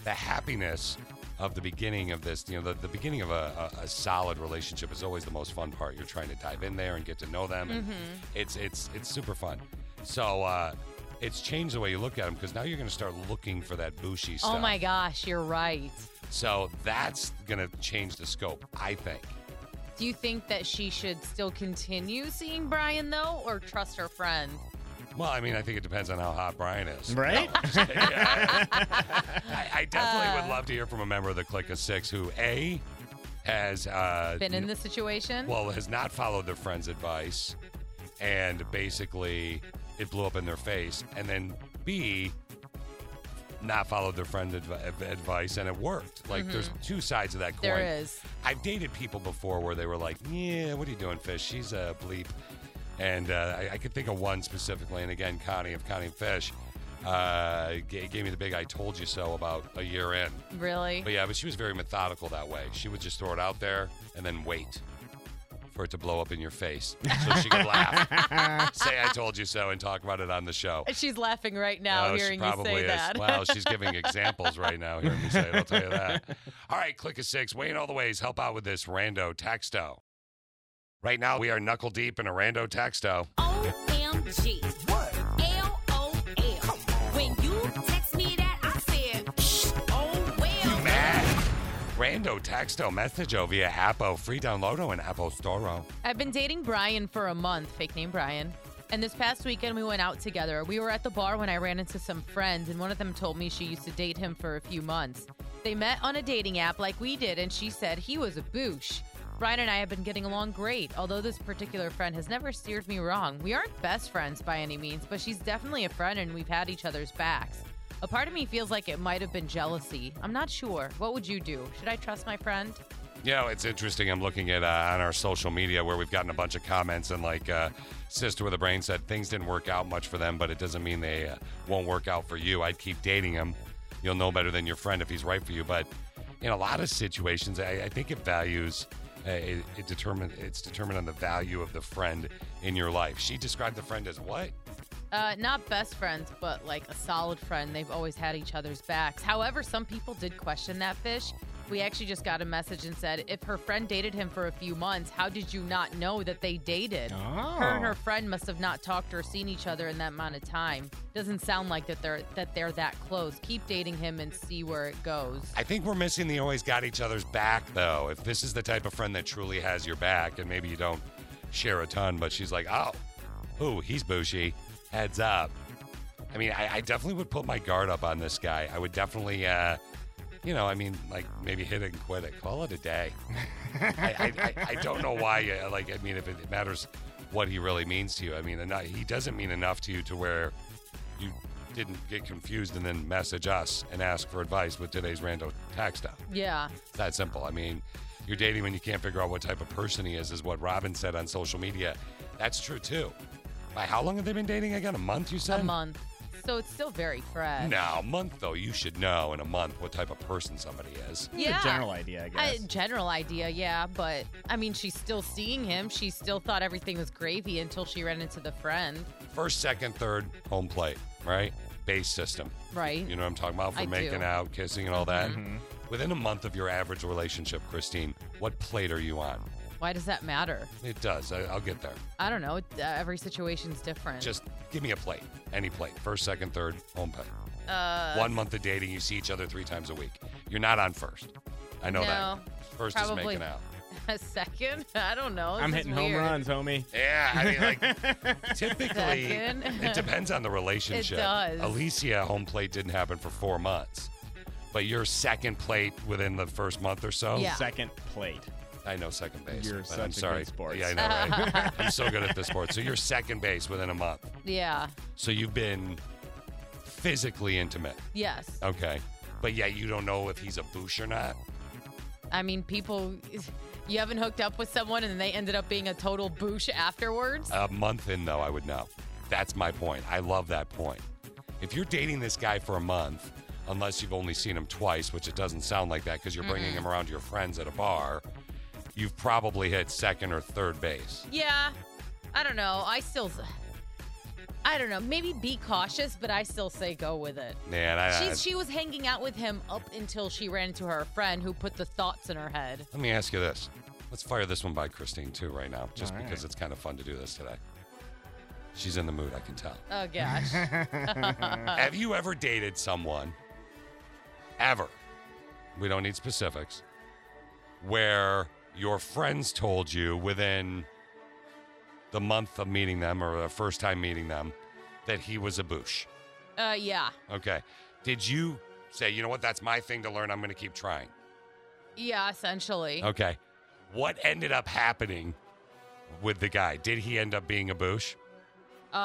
S4: The happiness of the beginning of this, you know, the, the beginning of a, a, a solid relationship is always the most fun part. You're trying to dive in there and get to know them. and
S2: Mhm.
S7: Mm-hmm.
S4: It's it's it's super fun. So uh, it's changed the way you look at them because now you're going to start looking for that bushy stuff.
S7: Oh my gosh, you're right.
S4: So that's going to change the scope, I think.
S7: Do you think that she should still continue seeing Brian though, or trust her friend?
S4: Well, I mean, I think it depends on how hot Brian is.
S8: Right?
S4: I, I definitely would love to hear from a member of the Click of Six who, A, has uh,
S7: Been in this situation?
S4: Well, has not followed their friend's advice, and basically it blew up in their face. And then B, not followed their friend's adv- advice, and it worked. Like
S7: Mhm.
S4: there's two sides of that coin.
S7: There is.
S4: I've dated people before where they were like, "Yeah, what are you doing, fish? She's a bleep." And uh, I, I could think of one specifically, and again, Connie of Connie and Fish uh, g- gave me the big "I told you so" about a year in.
S7: Really?
S4: But yeah, but she was very methodical that way. She would just throw it out there and then wait for it to blow up in your face so she could laugh, say "I told you so," and talk about it on the show.
S7: She's laughing right now
S4: Oh, she
S7: hearing you
S4: probably
S7: say
S4: is.
S7: that.
S4: Wow, she's giving examples right now hearing me say it. I'll tell you that. All right, click a six. Wayne all the ways. Help out with this rando texto. Right now, we are knuckle deep in a rando texto.
S10: Oh,
S9: OMG. What? LOL. When you text me that, I said, shh, oh well.
S4: Rando texto messaggio via Apple. Free downloado and Apple Store.
S7: I've been dating Brian for a month, fake name Brian. And this past weekend, we went out together. We were at the bar when I ran into some friends, and one of them told me she used to date him for a few months. They met on a dating app like we did, and she said he was a boosh. Brian and I have been getting along great, although this particular friend has never steered me wrong. We aren't best friends by any means, but she's definitely a friend, and we've had each other's backs. A part of me feels like it might have been jealousy. I'm not sure. What would you do? Should I trust my friend?
S4: You know, it's interesting. I'm looking at uh, on our social media where we've gotten a bunch of comments, and like uh, Sister with a Brain said, things didn't work out much for them, but it doesn't mean they uh, won't work out for you. I'd keep dating him. You'll know better than your friend if he's right for you. But in a lot of situations, I, I think it values. Uh, it, it determine it's determined on the value of the friend in your life. She described the friend as what?
S7: Uh, not best friends, but like a solid friend. They've always had each other's backs. However, some people did question that fish. We actually just got a message and said, if her friend dated him for a few months, how did you not know that they dated? Her and her friend must have not talked or seen each other in that amount of time. Doesn't sound like that they're that they're that close. Keep dating him and see where it goes.
S4: I think we're missing the always got each other's back though. If this is the type of friend that truly has your back, and maybe you don't share a ton, but she's like, oh, ooh, he's bushy. Heads up. I mean, I, I definitely would put my guard up on this guy. I would definitely, uh, you know, I mean, like maybe hit it and quit it. Call it a day. I, I, I, I don't know why. uh, Like, I mean, if it matters what he really means to you. I mean, and I- he doesn't mean enough to you to where you didn't get confused and then message us and ask for advice with today's rando tax stuff.
S7: Yeah.
S4: It's that simple. I mean, you're dating when you can't figure out what type of person he is, is what Robin said on social media. That's true too. By how long have they been dating again? A month, you said?
S7: A month. So it's still very fresh.
S4: No, a month though. You should know in a month what type of person somebody is.
S7: Yeah. general
S8: idea, I
S7: I, general idea, yeah, but I mean, she's still seeing him. She still thought everything was gravy until she ran into the friend,
S4: First, second, third, home plate, right? Base system.
S7: right?
S4: You know what I'm talking about for
S7: I do. Mm-hmm.
S4: making out, kissing, and all that. Within a month of your average relationship, Christine, what plate are you on?
S7: Why does that matter?
S4: It does. I, I'll get there.
S7: I don't know. Uh, every situation's different.
S4: Just give me a plate, any plate. First, second, third, home plate.
S7: uh,
S4: One month of dating, you see each other three times a week. You're not on first. I know
S7: no,
S4: that. First
S7: probably
S4: is making out.
S7: A second? I don't know. This
S8: I'm
S7: is
S8: hitting
S7: weird.
S8: home runs, homie.
S4: Yeah, I mean, like typically,
S7: Second.
S4: it depends on the relationship.
S7: It does.
S4: Alicia home plate didn't happen for four months, but your second plate within the first month or so.
S8: Yeah. Second plate.
S4: I know second base.
S8: You're
S4: but
S8: such a
S4: I'm
S8: good
S4: sorry.
S8: sports.
S4: Yeah, I know. Right? I'm so good at this sport. So you're second base within a month.
S7: Yeah.
S4: So you've been physically intimate.
S7: Yes.
S4: Okay. But yeah, you don't know if he's a boosh or not.
S7: I mean, people, you haven't hooked up with someone and they ended up being a total boosh afterwards.
S4: A month in, though, I would know. That's my point. I love that point. If you're dating this guy for a month, unless you've only seen him twice, which it doesn't sound like that because you're bringing
S7: Mm-mm.
S4: him around to your friends at a bar, you've probably hit second or third base.
S7: Yeah. I don't know. I still, I don't know. Maybe be cautious, but I still say go with it.
S4: Man, I, I-
S7: She's, she was hanging out with him up until she ran into her friend who put the thoughts in her head.
S4: let me ask you this. Let's fire this one by Christine, too, right now, just
S7: All right.
S4: because it's kind of fun to do this today. She's in the mood, I can tell.
S7: Oh, gosh.
S4: Have you ever dated someone ever? We don't need specifics. Where your friends told you within the month of meeting them or the first time meeting them that he was a boosh.
S7: uh, yeah.
S4: Okay. Did you say, you know what, that's my thing to learn. I'm going to keep trying?
S7: Yeah, essentially.
S4: Okay. What ended up happening with the guy? Did he end up being a boosh?
S7: Uh,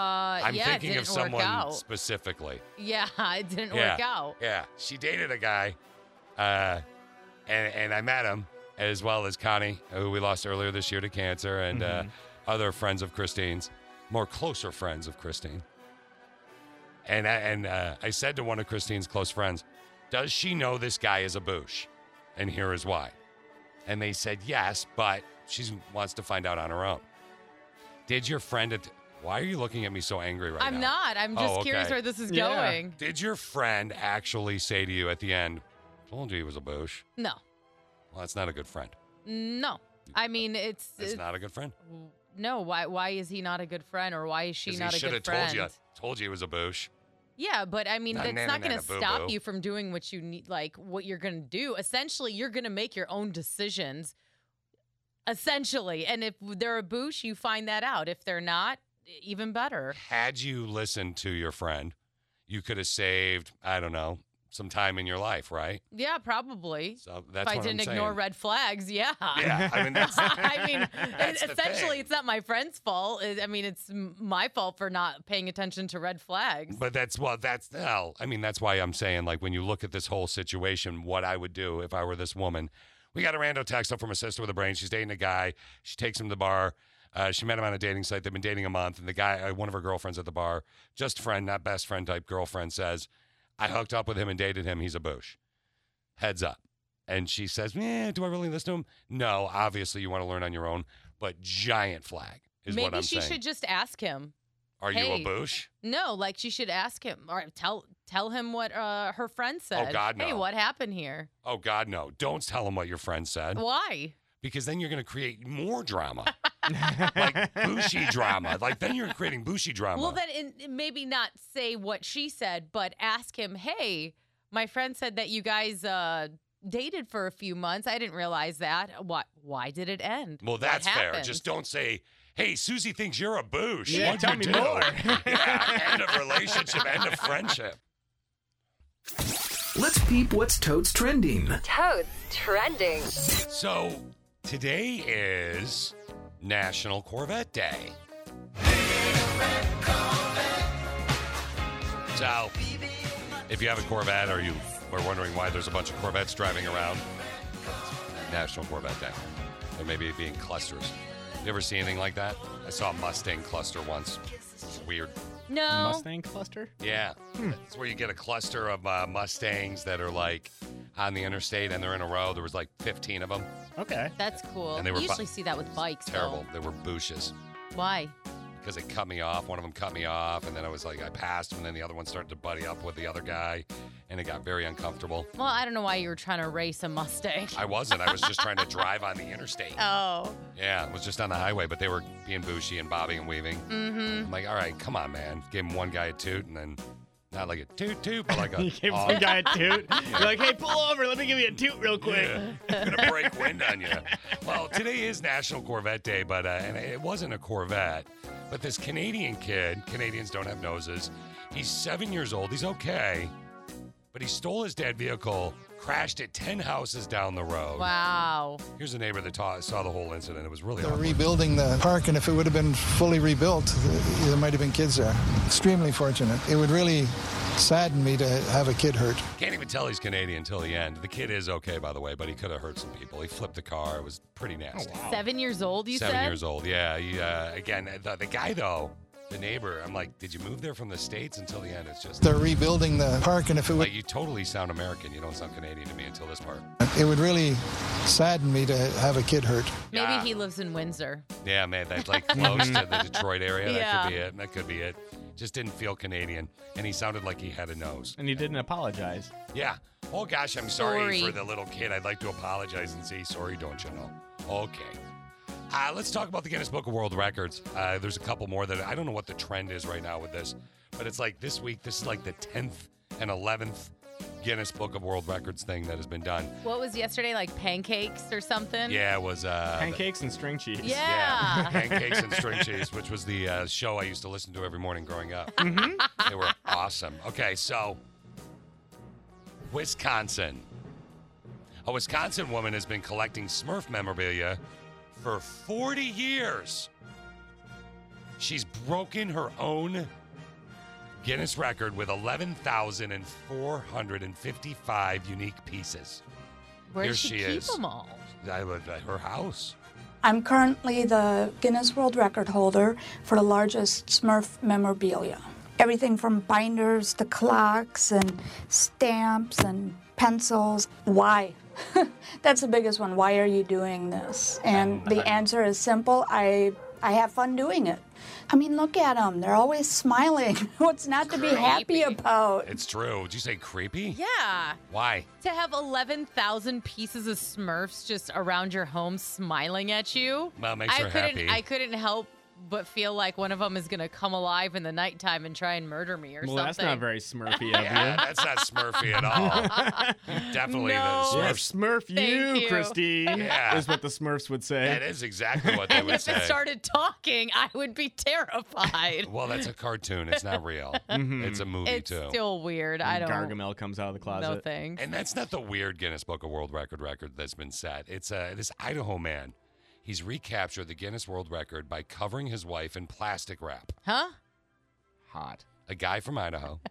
S4: I'm
S7: yeah,
S4: thinking
S7: it
S4: of
S7: didn't work
S4: someone
S7: out.
S4: specifically.
S7: Yeah, it didn't
S4: yeah.
S7: work out.
S4: Yeah, she dated a guy, uh, and and I met him as well as Connie, who we lost earlier this year to cancer, and
S2: Mhm.
S4: uh, other friends of Christine's, more closer friends of Christine. And I, and uh, I said to one of Christine's close friends, "Does she know this guy is a boosh?" And here is why. And they said yes, but she wants to find out on her own. Did your friend? At- why are you looking at me so angry right
S7: I'm
S4: now? Oh,
S7: not. I'm just curious where this is Yeah. going.
S4: Did your friend actually say to you at the end, told you he was a boosh?
S7: No,
S4: Well, that's not a good friend.
S7: no. I mean, it's,
S4: It's not a good friend.
S7: no. Why? Why is he not a good friend, or why is she
S4: 'Cause
S7: not
S4: he
S7: a
S4: should have
S7: good
S4: told
S7: friend?
S4: you, told you he was a boosh.
S7: Yeah, but I mean,
S4: Na-
S7: that's
S4: na-
S7: not
S4: na-
S7: going to
S4: na- boo-
S7: stop
S4: boo.
S7: you from doing what you need, like what you're going to do. Essentially, you're going to make your own decisions. Essentially, and if they're a boosh, you find that out. If they're not, e, even better.
S4: Had you listened to your friend, you could have saved, I don't know, some time in your life, right?
S7: Yeah, probably.
S4: So that's
S7: if I
S4: what
S7: didn't
S4: I'm saying.
S7: ignore red flags, yeah.
S4: Yeah, I mean, that's-
S7: I mean,
S4: that's
S7: it-
S4: the
S7: essentially,
S4: thing.
S7: it's not my friend's fault. It- I mean, it's m- my fault for not paying attention to red flags.
S4: But that's well, that's well, I mean, that's why I'm saying, like, when you look at this whole situation, what I would do if I were this woman. We got a rando text up from a sister with a brain. She's dating a guy. She takes him to the bar. Uh, she met him on a dating site. They've been dating a month, and the guy, uh, one of her girlfriends at the bar, just friend, not best friend type girlfriend, says, "I hooked up with him and dated him. He's a boosh." Heads up. And she says, "Yeah, do I really listen to him? No, obviously you want to learn on your own, but giant flag is
S7: Maybe
S4: what I'm
S7: she
S4: saying.
S7: should just ask him.
S4: Are
S7: hey,
S4: you a boosh?
S7: No, like she should ask him or tell tell him what uh, her friend said.
S4: Oh, God,
S7: Hey,
S4: no.
S7: what happened here?
S4: Oh God, no! Don't tell him what your friend said.
S7: Why?
S4: because then you're going to create more drama, like bushy drama. Like then you're creating bushy drama.
S7: Well, then in, in- maybe not say what she said, but ask him, hey, my friend said that you guys uh, dated for a few months. I didn't realize that. Why, why did it end?
S4: well,
S7: What
S4: that's fair.
S7: happened?"
S4: Just don't say, "Hey, Susie thinks you're a boosh."
S8: Yeah,
S4: What'd
S8: tell
S4: you
S8: me
S4: do?
S8: more.
S4: yeah, end of relationship, end of friendship.
S16: Let's peep what's Toad's trending.
S14: Toads trending.
S4: So today is National Corvette Day. So, if you have a Corvette or you are wondering why there's a bunch of Corvettes driving around, it's National Corvette Day. There may be being clusters. You ever see anything like that? I saw a Mustang cluster once. It's weird.
S7: No.
S4: Oh.
S8: Mustang cluster?
S4: Yeah. It's where you get a cluster of uh, Mustangs that are like on the interstate and they're in a row. There was like 15 of them.
S8: Okay.
S7: That's cool.
S4: And they were
S7: you
S4: bu-
S7: usually see that with bikes. though.
S8: Oh.
S4: Terrible. They were bushes
S7: Why?
S4: because they cut me off. One of them cut me off. And then I was like, I passed him. And then the other one started to buddy up with the other guy. And it got very uncomfortable.
S7: Well, I don't know why you were trying to race a Mustang.
S4: I wasn't. I was just trying to drive on the interstate.
S7: Oh.
S4: Yeah, it was just on the highway, but they were being bushy and bobbing and weaving.
S7: Mm-hmm.
S4: I'm like, all right, come on, man. Gave him one guy a toot and then not like a toot toot, but like a.
S8: You gave
S4: aw.
S8: some guy a toot.
S4: Yeah.
S8: You're like, hey, pull over. Let me give you a toot real quick.
S4: Yeah. I'm gonna break wind on you. Well, today is National Corvette Day, but uh, and it wasn't a Corvette, but this Canadian kid. Canadians don't have noses. He's seven years old. He's okay, but he stole his dad's vehicle, crashed it ten houses down the road.
S7: Wow.
S4: Here's a neighbor that ta- saw the whole incident. It was really
S2: They're
S4: awkward.
S2: rebuilding the park, and if it would have been fully rebuilt, there might have been kids there. Extremely fortunate. It would really sadden me to have a kid hurt.
S4: Can't even tell he's Canadian until the end. The kid is okay, by the way, but he could have hurt some people. He flipped the car. It was pretty nasty.
S7: Seven years old, you
S4: Seven
S7: said?
S4: years old. Yeah. He, uh, again, the, the guy though, the neighbor. I'm like, did you move there from the states until the end? It's just
S2: They're rebuilding the park, and if it would,
S4: Like you totally sound American. You don't sound Canadian to me until this part.
S2: it would really sadden me to have a kid hurt.
S7: Maybe
S4: Yeah.
S7: he lives in Windsor.
S4: Yeah, man, that's like close to the Detroit area. That
S7: Yeah.
S4: could be it. That could be it. Just didn't feel Canadian, and he sounded like he had a nose.
S8: And he didn't apologize.
S4: Yeah. Oh gosh, I'm sorry, for
S8: Sorry.
S4: the little kid. I'd like to apologize and say sorry, don't you know? Okay. Uh, let's talk about the Guinness Book of World Records. Uh, there's a couple more that I don't know what the trend is right now with this, but it's like this week, this is like the 10th and 11th Guinness Book of World Records thing that has been done.
S7: What was yesterday? Like pancakes or something?
S4: Yeah, it was uh, the-
S8: Pancakes and string cheese.
S7: Yeah.
S4: pancakes and string cheese, which was the uh, show I used to listen to every morning growing up. They were awesome. Okay, so Wisconsin. A Wisconsin woman has been collecting Smurf memorabilia for 40 years. She's broken her own Guinness record with 11,455 unique pieces.
S7: Where
S4: Here
S7: does she,
S4: she
S7: keep
S4: is.
S7: them all?
S4: I was at her house.
S10: I'm currently the Guinness World Record holder for the largest Smurf memorabilia. Everything from binders to clocks and stamps and pencils. Why? That's the biggest one. Why are you doing this? And the answer is simple. I I have fun doing it. I mean, look at them. They're always smiling. What's not to be happy about?
S4: It's true. Did you say creepy?
S7: Yeah.
S4: Why?
S7: To have 11,000 pieces of Smurfs just around your home smiling at you.
S4: Well, it makes
S7: I
S4: her
S7: couldn't,
S4: happy.
S7: I couldn't help but feel like one of them is going to come alive in the nighttime and try and murder me or
S8: Well,
S7: something.
S8: that's not very Smurfy of
S4: Yeah,
S8: you.
S4: that's not Smurfy at all. Definitely
S8: No.
S4: the
S8: Yes,
S4: Smurfs.
S8: Smurf you,
S7: Thank you.
S8: Christy,
S4: Yeah.
S8: is what the Smurfs would say.
S4: That is exactly what they
S7: and
S4: would
S7: if
S4: say.
S7: it started talking, I would be terrified.
S4: well, that's a cartoon. It's not real. It's a movie
S7: it's
S4: too.
S7: still weird. I don't.
S8: Gargamel comes out of the closet.
S7: No thanks.
S4: And that's not the weird Guinness Book of World Record record that's been set. It's uh, this Idaho man. He's recaptured the Guinness World Record by covering his wife in plastic wrap.
S7: Huh?
S4: Hot. A guy from Idaho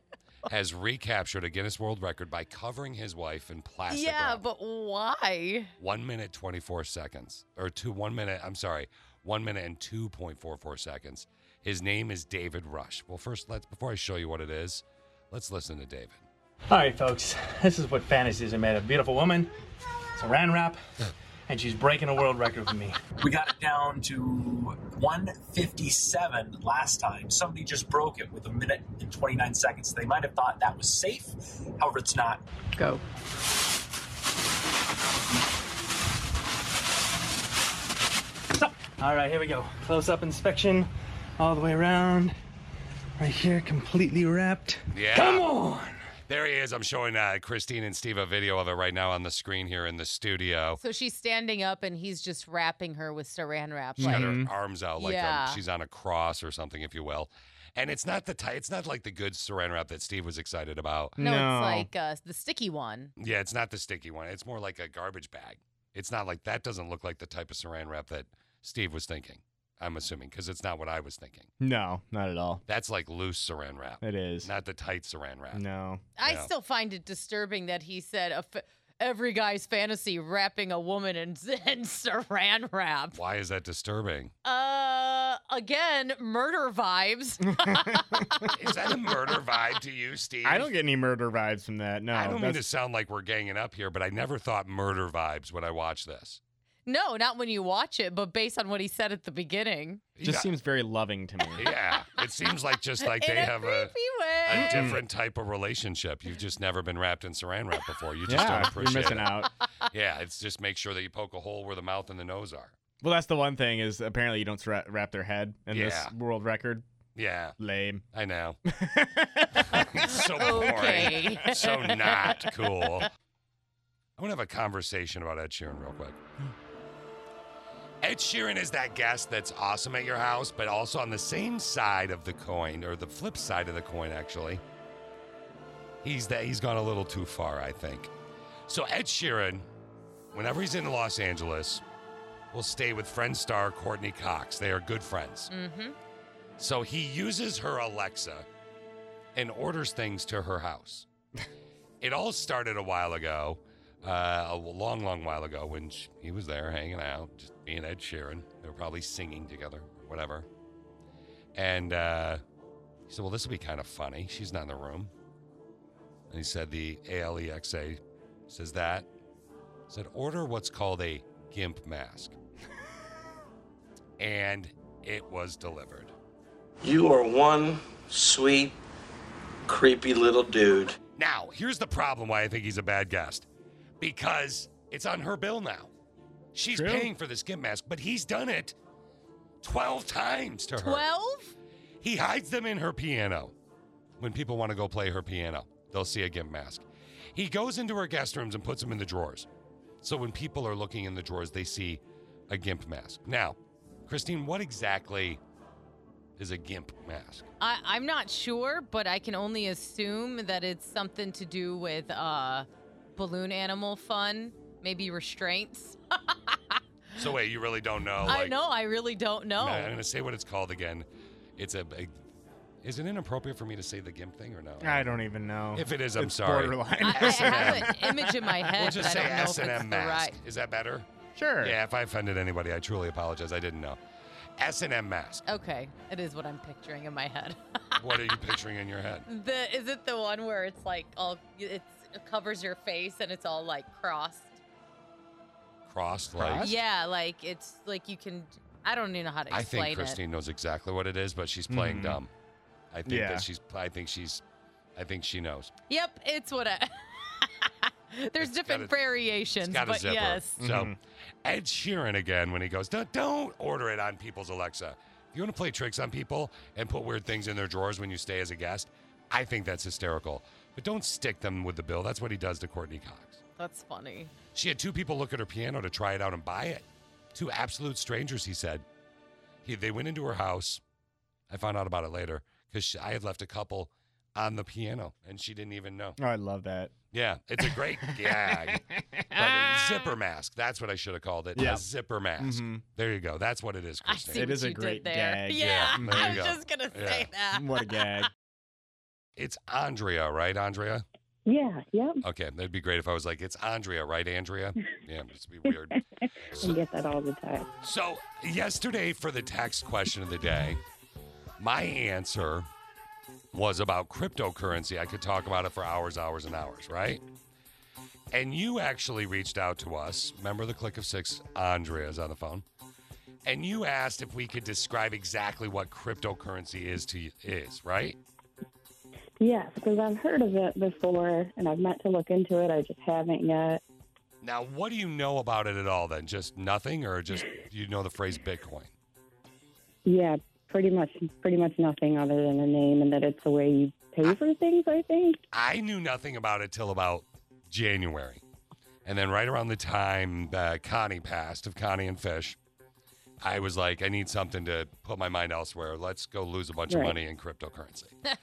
S4: has recaptured a Guinness World Record by covering his wife in plastic wrap.
S7: yeah, but why?
S4: one minute 24 seconds or two one minute i'm sorry one minute and 2.44 seconds his name is david rush well first let's before i show you what it is let's listen to david
S11: All right, folks, this is what fantasies are made of. Beautiful woman, saran wrap, and she's breaking a world record with me.
S12: We got it down to 157 last time. Somebody just broke it with a minute and 29 seconds. They might have thought that was safe. However, it's not.
S15: Go.
S11: All right, here we go. Close up inspection, all the way around. Right here, completely wrapped.
S4: yeah
S11: Come on!
S4: there he is i'm showing uh, christine and steve a video of it right now on the screen here in the studio
S7: So she's standing up and he's just wrapping her with saran wrap.
S4: She's got
S7: Like,
S11: Mm-hmm.
S4: her arms out like um,
S7: Yeah.
S4: she's on a cross or something, if you will. And it's not the ty- it's not like the good saran wrap that Steve was excited about.
S7: no, it's like uh, the sticky one.
S4: yeah, it's not the sticky one. It's more like a garbage bag. It's not like that. Doesn't look like the type of saran wrap that Steve was thinking. I'm assuming, because it's not what I was thinking.
S8: No, not at all.
S4: That's like loose saran wrap.
S8: It is.
S4: Not the tight saran wrap.
S8: No.
S7: I
S4: No.
S7: still find it disturbing that he said a f- every guy's fantasy wrapping a woman in, in saran wrap.
S4: Why is that disturbing?
S7: Uh, again, murder vibes.
S4: Is that a murder vibe to you, Steve?
S8: I don't get any murder vibes from that. No.
S4: I don't mean to
S8: that's-
S4: sound like we're ganging up here, but I never thought murder vibes when I watched this.
S7: no, not when you watch it, but based on what he said at the beginning.
S8: It just
S4: Yeah.
S8: seems very loving to me.
S4: Yeah, it seems like just like they
S7: In a
S4: have a,
S7: creepy way.
S4: a different type of relationship. You've just never been wrapped in saran wrap before. You just
S8: Yeah,
S4: don't
S8: you're
S4: appreciate
S8: missing
S4: it.
S8: out.
S4: Yeah, it's just make sure that you poke a hole where the mouth and the nose are.
S8: Well, that's the one thing is apparently you don't sra- wrap their head in
S4: Yeah.
S8: this world record.
S4: Yeah,
S8: Lame.
S4: I know. so boring.
S7: Okay.
S4: So not cool. I want to have a conversation about Ed Sheeran real quick. Ed Sheeran is that guest that's awesome at your house, but also on the same side of the coin, or the flip side of the coin, actually. He's that he's gone a little too far, I think. So Ed Sheeran, whenever he's in Los Angeles, will stay with friend star Courtney Cox. They are good friends.
S7: Mm-hmm.
S4: So he uses her Alexa and orders things to her house. it all started a while ago, uh, a long, long while ago, when sh he was there hanging out, just being Ed Sheeran. They were probably singing together, whatever. And uh, he said, Well, this will be kind of funny. She's not in the room. And he said, The ALEXA says that. Said, Order what's called a GIMP mask. and it was delivered.
S15: You are one sweet, creepy little dude.
S4: Now, here's the problem why I think he's a bad guest because it's on her bill now. She's
S15: True.
S4: paying for the skin mask, but he's done it 12 times to her.
S7: 12?
S4: He hides them in her piano. When people want to go play her piano, they'll see a gimp mask. He goes into her guest rooms and puts them in the drawers. So when people are looking in the drawers, they see a gimp mask. Now, Christine, what exactly is a gimp mask?
S7: I, I'm not sure, but I can only assume that it's something to do with uh, balloon animal fun, maybe restraints.
S4: So wait, you really don't know?
S7: I
S4: like-
S7: know, I really don't know.
S4: No, I'm going to say what it's called again. It's a. a- is it inappropriate for me to say the GIMP thing or no?
S8: I don't even know.
S4: If it is, I'm
S8: It's
S4: sorry.
S8: borderline.
S7: I, I have an image in my head,
S4: We'll just say
S7: but I don't know
S4: S and
S7: if it's
S4: M
S7: the
S4: mask.
S7: right.
S4: Is that better?
S8: Sure.
S4: Yeah. If I offended anybody, I truly apologize. I didn't know. S and M mask.
S7: Okay, it is what I'm picturing in my head.
S4: What are you picturing in your head?
S7: The is it the one where it's like all it's, it covers your face and it's all like crossed?
S4: Crossed like.
S7: Yeah, like it's like you can. I don't even know how to
S4: I
S7: explain
S4: think Christine knows exactly what it is, but she's playing
S7: Mm-hmm.
S8: Mhm.
S4: dumb. I think
S8: Yeah.
S4: that she's. I think she's. I think she knows.
S7: it. Yep, it's what I. There's different
S4: got a-
S7: variations,
S4: It's got
S7: but
S4: a zipper.
S7: yes.
S4: So Ed Sheeran again when he goes, don't, don't order it on people's Alexa. If you want to play tricks on people and put weird things in their drawers when you stay as a guest, I think that's hysterical. But don't stick them with the bill. That's what he does to Courtney Cox.
S7: That's funny.
S4: She had two people look at her piano to try it out and buy it. Two absolute strangers, he said. He, they went into her house. I found out about it later because I had left a couple on the piano and she didn't even know.
S8: Oh, I love that.
S4: Yeah, it's a great gag. But a zipper mask. That's what I should have called it.
S8: Yeah.
S4: A zipper mask.
S8: Mhm.
S4: There you go. That's what it is, Christine.
S8: see It what is a you did great there. gag.
S7: Yeah,
S4: there
S7: I
S4: you
S7: was
S4: go.
S7: just gonna
S4: Yeah.
S7: say that.
S8: What a gag.
S4: It's Andrea, right, Andrea?
S17: Yeah, yep.
S4: Okay, that'd be great if I was like, it's Andrea, right, Andrea? Yeah, it'd be weird.
S17: I get that all the time.
S4: So, yesterday for the text question of the day, my answer was about cryptocurrency. I could talk about it for hours, hours, and hours, right? And you actually reached out to us. Remember the click of six? Andrea's on the phone. And you asked if we could describe exactly what cryptocurrency is to you, is, right?
S17: Yes, because I've heard of it before and I've meant to look into it. I just haven't yet.
S4: Now, what do you know about it at all then? Just nothing or just you know the phrase Bitcoin?
S17: Yeah, pretty much, pretty much nothing other than a name and that it's the way you pay for things. I think.
S4: I knew nothing about it till about January. And then right around the time uh, Connie passed of Connie and Fish, I was like, I need something to put my mind elsewhere. Let's go lose a bunch of
S17: Right.
S4: money in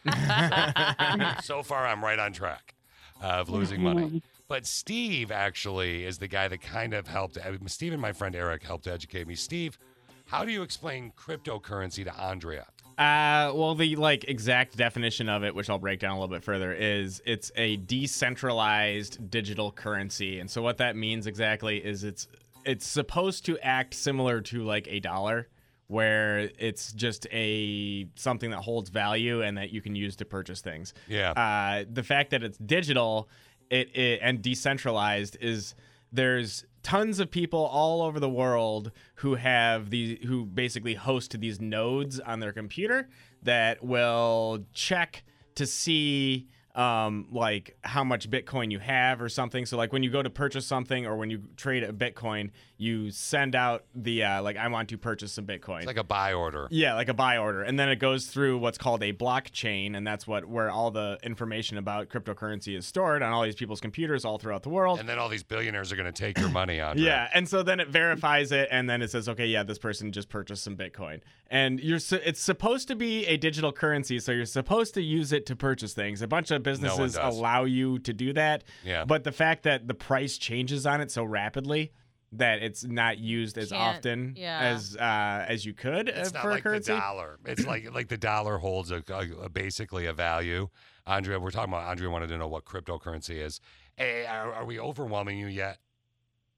S4: cryptocurrency. so far, I'm right on track of losing money. But uh, Steve actually is the guy that kind of helped. I mean, Steve and my friend Eric helped educate me. Steve How do you explain cryptocurrency to Andrea?
S8: Uh, well, the like exact definition of it, which I'll break down a little bit further, is it's a decentralized digital currency, and so what that means exactly is it's it's supposed to act similar to like a dollar, where it's just a something that holds value and that you can use to purchase things.
S4: Yeah.
S8: Uh, the fact that it's digital, it, it and decentralized is there's tons of people all over the world who have these who basically host these nodes on their computer that will check to see um, like how much Bitcoin you have or something. So like when you go to purchase something or when you trade a Bitcoin, you send out the uh, like I want to purchase some Bitcoin.
S4: It's like a buy order.
S8: Yeah, like a buy order, and then it goes through what's called a blockchain, and that's what where all the information about cryptocurrency is stored on all these people's computers all throughout the world.
S4: And then all these billionaires are going to take your money, Andrea.
S8: Yeah, and so then it verifies it, and then it says, okay, yeah, this person just purchased some Bitcoin, and you're su- it's supposed to be a digital currency, so you're supposed to use it to purchase things. A bunch of businesses
S4: does.
S8: allow you to do that,
S4: Yeah.
S8: but the fact that the price changes on it so rapidly that it's not used as
S4: Can't-
S8: often
S4: yeah.
S8: as uh, as you could
S4: It's
S8: uh,
S4: not
S8: for
S4: like
S8: a currency.
S4: the dollar. It's like like the dollar holds a, a- a- basically a value. Andrea, we're talking about. Andrea wanted to know what cryptocurrency is. Hey, are, are we overwhelming you yet?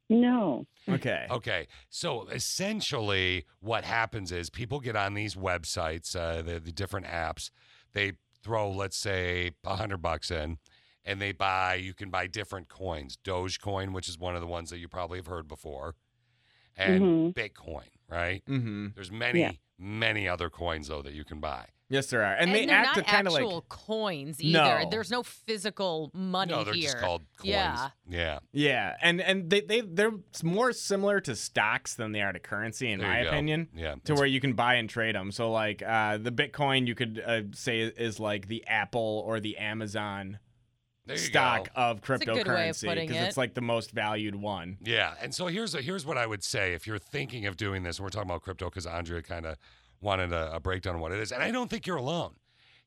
S17: No.
S8: Okay.
S4: Okay. So essentially, what happens is people get on these websites, uh, the, the different apps. They throw, let's say, a hundred bucks in, and they buy. You can buy different coins. Dogecoin, which is one of the ones that you probably have heard before, and
S8: Mhm.
S4: Bitcoin. Right.
S8: Mm-hmm.
S4: There's many,
S8: Yeah.
S4: many other coins though that you can buy.
S8: Yes, there are, and, they
S7: they're
S8: act
S7: not
S8: kind of
S7: actual
S8: like
S7: coins either.
S8: No.
S7: There's no physical money
S4: No, they're
S7: here.
S4: just called coins.
S7: Yeah.
S4: Yeah.
S8: Yeah, and and they they they're s- more similar to stocks than they are to currency, in
S4: There
S8: my
S4: you go.
S8: opinion.
S4: Yeah.
S8: To where you can buy and trade them. So like uh, the Bitcoin, you could uh, say is like the Apple or the Amazon
S4: There you
S8: stock
S4: go.
S8: of
S4: That's a good way of
S8: cryptocurrency
S4: putting
S8: because it's
S4: it.
S8: like the most valued one.
S4: Yeah, and so here's here's what I would say if you're thinking of doing this. We're talking about crypto because Andrea kind of wanted a, a breakdown of what it is, and I don't think you're alone.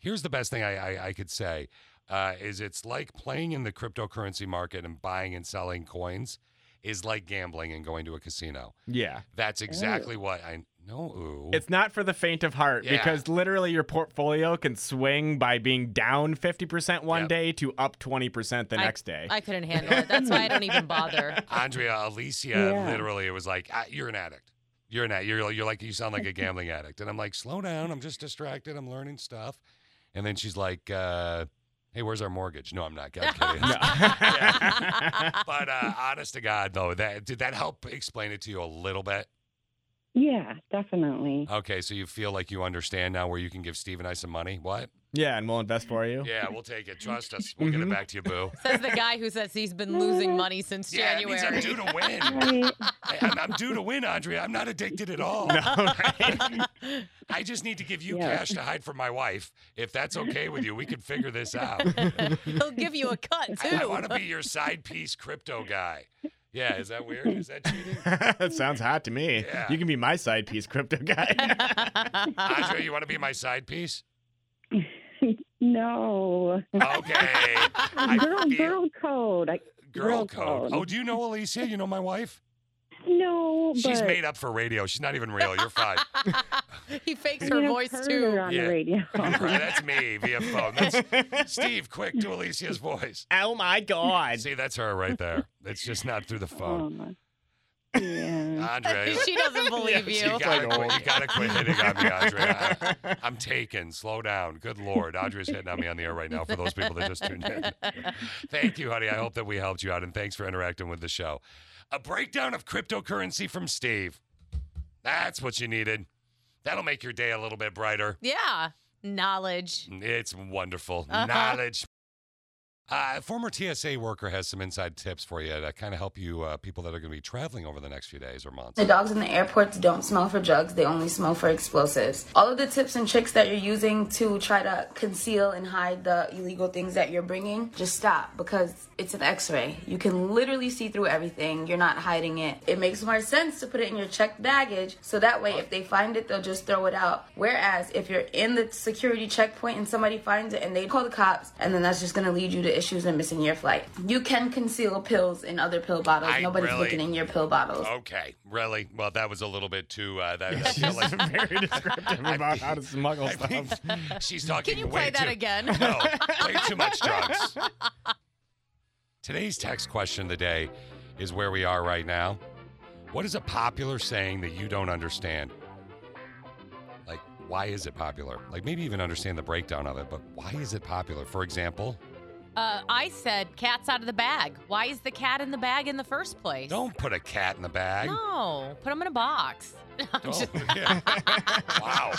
S4: Here's the best thing I I, I could say uh, is it's like playing in the cryptocurrency market and buying and selling coins is like gambling and going to a casino.
S8: Yeah.
S4: That's exactly what I no. Ooh.
S8: It's not for the faint of heart
S4: Yeah.
S8: because literally your portfolio can swing by being down 50% one
S4: Yep.
S8: day to up 20% the next day.
S7: I couldn't handle it. That's why I don't even bother.
S4: Andrea Alicia
S7: Yeah.
S4: literally it was like "Ah, you're an addict. You're an addict. You're, you're like you sound like a gambling addict. And I'm like, slow down. I'm just distracted. I'm learning stuff. And then she's like, uh, hey, where's our mortgage? No, I'm not. I'm kidding. Yeah. But uh, honest to God, though, that did that help explain it to you a little bit?
S17: Yeah, definitely.
S4: Okay, so you feel like you understand now where you can give Steve and I some money. What?
S8: Yeah, and we'll invest for you.
S4: Yeah, we'll take it. Trust us. We'll
S7: Mm-hmm.
S4: get it
S8: Mhm.
S4: back to you, boo.
S7: Says the guy who says he's been losing money since
S4: Yeah, it
S7: January.
S4: means I'm due to win. I- I'm, I'm due to win, Andrea. I'm not addicted at all. I just need to give you
S7: Yeah.
S4: cash to hide from my wife. If that's okay with you, we can figure this out.
S7: He'll give you a cut too.
S4: I, want to be your side piece crypto guy. Yeah, is that weird? Is that cheating?
S8: that sounds hot to me.
S4: Yeah.
S8: You can be my side piece crypto guy.
S4: Andrea, you want to be my side piece?
S17: No.
S4: Okay.
S17: girl, girl code. I,
S4: Girl, code. Oh, do you know Alicia? You know my wife?
S17: No, but
S4: She's made up for radio. She's not even real. You're fine.
S7: he fakes
S17: I
S7: her
S17: mean, I've
S7: voice
S17: heard
S7: too.
S17: her on the radio.
S4: Right, that's me via phone. That's Steve, quick to Alicia's voice.
S8: Oh my God.
S4: See, that's her right there. It's just not through the
S17: Oh
S4: phone.
S9: Oh,
S4: Andrea.
S7: She doesn't believe
S4: you.
S7: you.
S4: gotta, quit, you gotta quit hitting on me, Andrea. I- I'm taken. Slow down. Good Lord. Andrea's hitting on me on the air right now for those people that just tuned in. Thank you, honey. I hope that we helped you out, and thanks for interacting with the show. A breakdown of cryptocurrency from Steve. That's what you needed. That'll make your day a little bit brighter.
S7: Yeah. Knowledge.
S4: It's wonderful.
S7: Uh-huh.
S4: Knowledge. Uh, a former TSA worker has some inside tips for you to kind of help you uh, people that are going to be traveling over the next few days or months.
S13: The dogs in the airports don't smell for drugs, they only smell for explosives. All of the tips and tricks that you're using to try to conceal and hide the illegal things that you're bringing, just stop because it's an x ray. You can literally see through everything, you're not hiding it. It makes more sense to put it in your checked baggage so that way if they find it, they'll just throw it out. Whereas if you're in the security checkpoint and somebody finds it and they call the cops, and then that's just gonna lead you to the issues in missing your flight. You can conceal pills in other pill bottles.
S4: I
S13: Nobody's
S4: really-
S13: looking in your pill bottles.
S4: Okay, really? Well, that was a little bit too. Uh, that, I feel like
S8: very descriptive about how to smuggle
S4: stuff. She's talking.
S7: Can you
S4: way
S7: play that
S4: too-
S7: again?
S4: No, way too much drugs. Today's text question of the day is where we are right now. What is a popular saying that you don't understand? Like, why is it popular? Like, maybe even understand the breakdown of it, but why is it popular? For example,
S7: Uh, I said cat's out of the bag. Why is the cat in the bag in the first place?
S4: don't put a cat in the bag.
S7: No, put them in a box. I'm
S4: Oh,
S7: just-
S4: yeah. wow.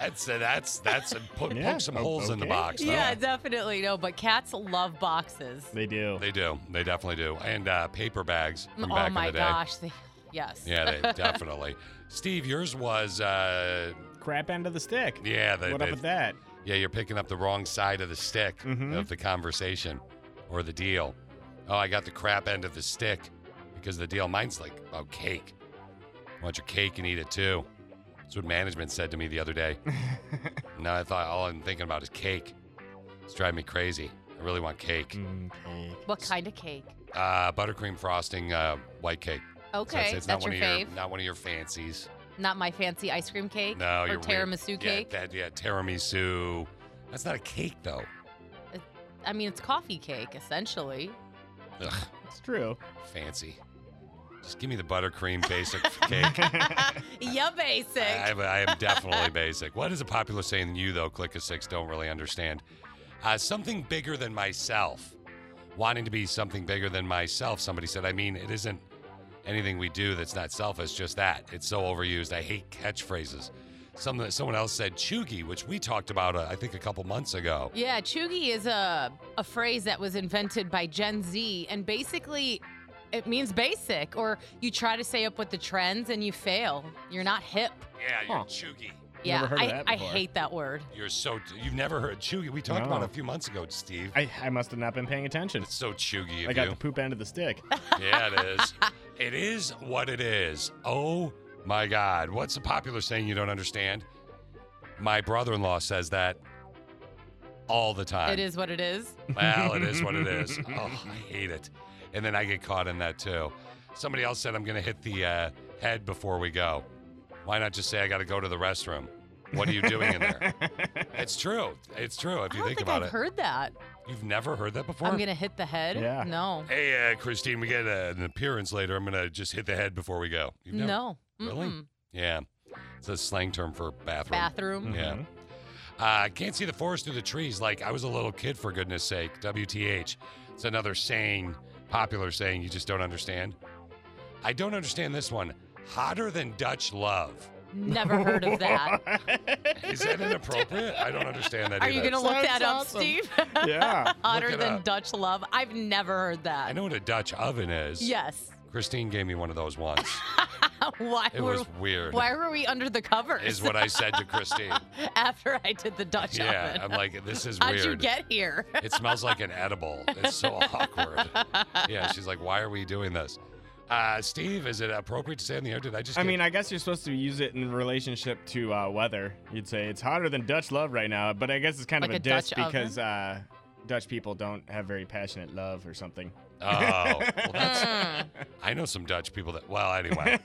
S4: That's that's that's put, poke some holes in the box. huh?
S7: yeah, definitely no. But cats love boxes.
S4: They do. They do. They definitely do. And uh, paper bags from
S7: oh
S4: back
S7: my
S4: in the day.
S7: gosh, they, yes.
S4: Yeah, they definitely. Steve, yours was uh,
S8: Crap end of the stick.
S4: yeah. The,
S8: What up
S4: the-
S8: with that? Mm-hmm.
S4: Yeah, you're picking up the wrong side of the stick of the conversation or the deal. Oh, I got the crap end of the stick because the deal. Mine's like about cake. Want your cake and eat it too. That's what management said to me the other day. now I thought all I'm thinking about is cake. It's driving me crazy. I really want cake.
S8: Mm.
S7: What kind of cake?
S4: Uh, buttercream frosting, uh, white cake. So I'd say
S7: Okay,
S4: it's
S7: that's
S4: not one
S7: your
S4: of your
S7: fave?
S4: not one of your fancies.
S7: Not my fancy ice cream cake.
S4: No,
S7: or
S4: you're weird.
S7: tiramisu
S4: Yeah,
S7: cake.
S4: that- yeah, tiramisu. That's not a cake though.
S7: I mean, it's coffee cake essentially.
S4: Ugh,
S7: It's true.
S4: fancy. Just give me the buttercream basic cake.
S7: Yeah, basic.
S4: I, I am definitely basic. What is a popular saying you though? Click a six. Don't really understand. Uh, something bigger than myself. Wanting to be something bigger than myself. Somebody said. I mean, it isn't anything we do that's not selfish. Just that. It's so overused. I hate catchphrases. Some someone else said "chuggy," which we talked about uh, I think a couple months ago.
S7: Yeah, chuggy is a a phrase that was invented by Gen Z, and basically, it means basic. Or you try to stay up with the trends and you fail. You're not hip.
S4: Yeah, you're chuggy.
S7: Yeah, I, I hate that word.
S4: You're so you've never heard chuggy. We talked
S8: No.
S4: about it a few months ago, Steve.
S8: I, I must have not been paying attention.
S4: It's so chuggy. of
S8: I got
S4: you.
S8: the poop end of the stick.
S4: yeah, it is. It is what it is. Oh my God. What's a popular saying you don't understand? My brother in law says that all the time.
S7: It is what it is.
S4: Well, it is what it is. Oh, I hate it. And then I get caught in that too. Somebody else said I'm going to hit the uh, head before we go. Why not just say I got to go to the restroom? What are you doing in there? it's true. It's true. If you think,
S7: I think
S4: about
S7: I've
S4: it,
S7: heard that.
S4: you've never heard that before.
S7: I'm gonna hit the head. No.
S4: Hey, uh, Christine, we got uh, an appearance later. I'm gonna just hit the head before we go. You've never-
S7: No.
S4: Really?
S7: Mm-mm.
S4: Yeah. It's a slang term for bathroom.
S7: Bathroom.
S4: Yeah. Uh, can't see the forest through the trees. Like I was a little kid, for goodness sake. WTH? It's another saying, popular saying you just don't understand. I don't understand this one. Hotter than Dutch love.
S7: Never heard of that.
S4: Is that inappropriate? I don't understand that.
S7: Are you
S4: either.
S7: gonna look that up,
S8: awesome.
S7: Steve?
S4: Yeah,
S7: Hotter
S4: look it
S7: than
S4: up.
S7: Dutch love. I've never heard that.
S4: I know what a Dutch oven is.
S7: Yes.
S4: Christine gave me one of those once.
S7: why
S4: It
S7: were
S4: was weird.
S7: Why were we under the covers?
S4: is what I said to Christine.
S7: after I did the Dutch
S4: Yeah,
S7: oven.
S4: I'm like, this is
S7: How'd you
S4: weird.
S7: get here?
S4: It smells like an edible. It's so awkward. Yeah, she's like, why are we doing this? Uh, Steve, is it appropriate to say on the air? Did I just?
S8: I
S4: get-
S8: mean, I guess you're supposed to use it in relationship to uh, weather. You'd say it's hotter than Dutch love right now, but I guess it's kind of a,
S7: Like a
S8: diss
S7: Dutch oven?
S8: because uh, Dutch people don't have very passionate love or something.
S4: oh, well, that's, I know some Dutch people that. Well, anyway,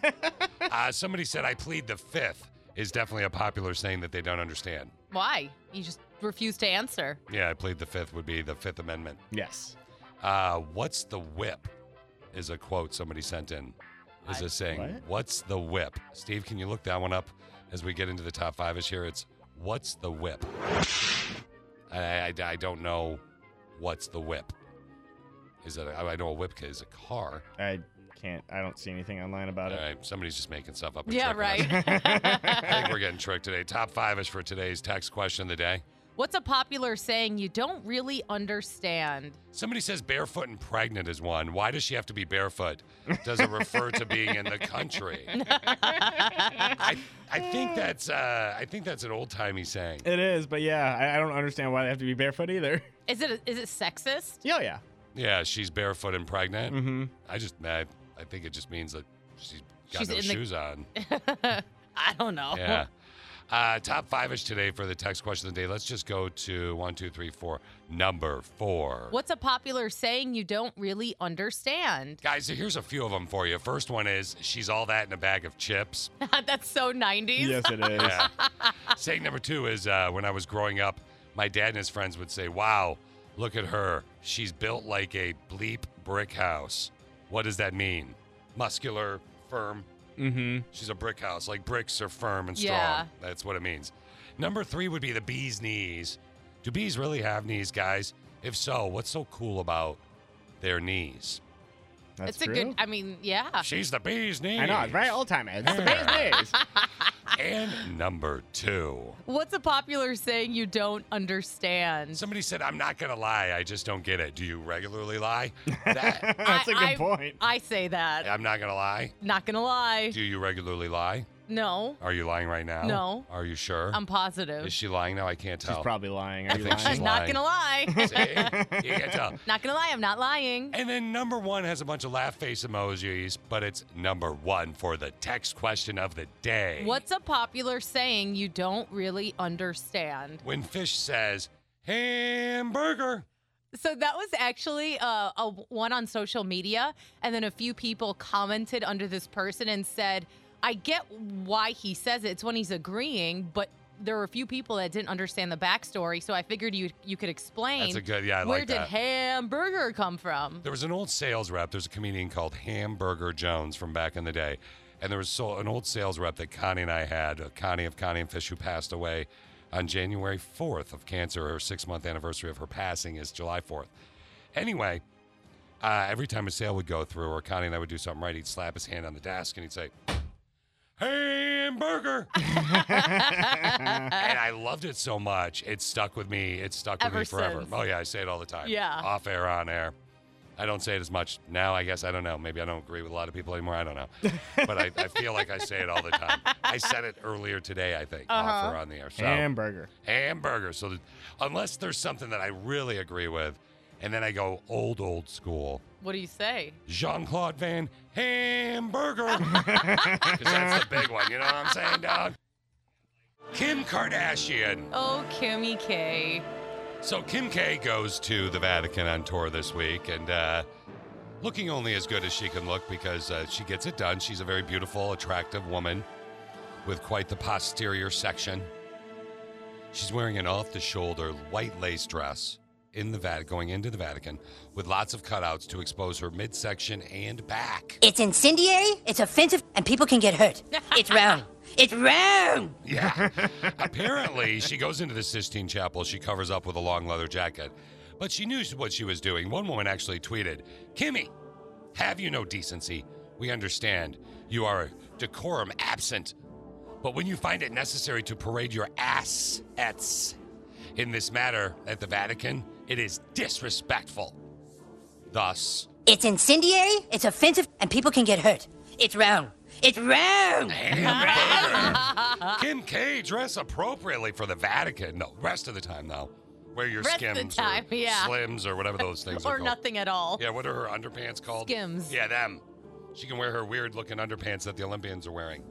S4: uh, somebody said I plead the fifth is definitely a popular saying that they don't understand.
S7: Why? You just refuse to answer.
S4: Yeah, I plead the fifth would be the Fifth Amendment.
S8: Yes.
S4: Uh, what's the whip? Is a quote somebody sent in. Is a saying.
S8: what?
S4: What's the whip? Steve, can you look that one up as we get into the top five ish here? It's what's the whip? I, I, I don't know what's the whip. Is it? a- I know a whip is a car.
S8: I can't. I don't see anything online about
S4: All
S8: it.
S4: right, somebody's just making stuff up. and
S7: Yeah,
S4: tricking us.
S7: right.
S4: I think we're getting tricked today. Top five ish for today's text question of the day.
S7: What's a popular saying you don't really understand?
S4: Somebody says barefoot and pregnant is one. Why does she have to be barefoot? Does it refer to being in the country? I, I think that's uh, I think that's an old timey saying.
S8: It is, but yeah, I, I don't understand why they have to be barefoot either.
S7: Is it is it sexist?
S8: Yeah, yeah.
S4: Yeah, she's barefoot and pregnant. Mm-hmm. I just I, I think it just means that she's Oh. got
S7: She's
S4: no
S7: in the-
S4: shoes on.
S7: I don't know.
S4: Yeah. Uh, top five ish today for the text question of the day. Let's just go to one, two, three, four. Number four.
S7: What's a popular saying you don't really understand?
S4: Guys, here's a few of them for you. First one is she's all that in a bag of chips.
S7: That's so 90s.
S4: Yeah. Saying number two is uh, when I was growing up, my dad and his friends would say, Wow, look at her. She's built like a bleep brick house. What does that mean? Muscular, firm.
S8: Mm-hmm.
S4: She's a brick house. Like bricks are firm and strong.
S7: Yeah.
S4: That's what it means. Number three would be the bee's knees. Do bees really have knees, guys? If so, what's so cool about their knees?
S7: That's it's a good. I mean, yeah.
S4: She's the bee's knees.
S8: I know, it's very old time. It's the bee's knees.
S4: And number two.
S7: What's a popular saying you don't understand?
S4: Somebody said, I'm not going to lie. I just don't get it. Do you regularly lie?
S7: That's a good point. I say that.
S4: I'm not going to lie.
S7: Not gonna lie.
S4: Do you regularly lie?
S7: No,
S4: Are you lying right now?
S7: No.
S4: Are you sure?
S7: I'm positive.
S4: Is she lying now? I can't tell. She's
S8: probably lying.
S4: I think she's
S7: not
S4: lying.
S7: gonna lie.
S4: You can't tell.
S7: not gonna lie. I'm not lying.
S4: And then number one has a bunch of laugh face emojis, but it's number one for the text question of the day.
S7: What's a popular saying you don't really understand?
S4: When Fish says, hamburger.
S7: So that was actually uh, a one on social media, and then a few people commented under this person and said, "I get why he says it. It's when he's agreeing, but." There were a few people that didn't understand the backstory, so I figured you you could explain.
S4: That's a good- yeah, I
S7: where
S4: like
S7: did
S4: that.
S7: hamburger come from?
S4: There was an old sales rep. There's a comedian called Hamburger Jones from back in the day. And there was so, an old sales rep that Connie and I had, uh, Connie of Connie and Fish, who passed away on January 4th of cancer. Her six month anniversary of her passing is July 4th. Anyway, uh, every time a sale would go through or Connie and I would do something right, he'd slap his hand on the desk and he'd say, Hamburger. and I loved it so much. It stuck with me. It stuck with
S7: Ever
S4: me forever.
S7: since.
S4: Oh, yeah, I say it all the time.
S7: Yeah.
S4: Off air, on air. I don't say it as much now. I guess I don't know. Maybe I don't agree with a lot of people anymore. I don't know, but I, I feel like I say it all the time. I said it earlier today. I think
S8: Uh-huh.
S4: off or on the air. So
S8: Hamburger.
S4: hamburger. So th- unless there's something that I really agree with, and then I go old old school.
S7: What do you say?
S4: Jean Claude Van Hamburger. Because that's the big one. You know what I'm saying, dog? Kim Kardashian.
S7: Oh, Kimmy K.
S4: So Kim K goes to the Vatican on tour this week, and uh, looking only as good as she can look because uh, she gets it done. She's a very beautiful, attractive woman with quite the posterior section. She's wearing an off-the-shoulder white lace dress in the Vatican, going into the Vatican with lots of cutouts to expose her midsection and back.
S18: It's incendiary, it's offensive, and people can get hurt. It's wrong. It's wrong.
S4: Yeah. Apparently, she goes into the Sistine Chapel. She covers up with a long leather jacket, but she knew what she was doing. One woman actually tweeted, "Kimmy, have you no decency? We understand you are decorum absent, but when you find it necessary to parade your ass ets in this matter at the Vatican, it is disrespectful." Thus,
S18: It's incendiary, it's offensive, and people can get hurt. It's wrong. It's wrong.
S4: Kim K dress appropriately for the Vatican. No, rest of the time though. Wear your
S7: Rest of the
S4: skims
S7: time,
S4: or
S7: yeah.
S4: slims or whatever those things are
S7: or
S4: called.
S7: nothing at all.
S4: Yeah, what are her underpants called?
S7: Skims.
S4: Yeah, them. She can wear her weird looking underpants that the Olympians are wearing.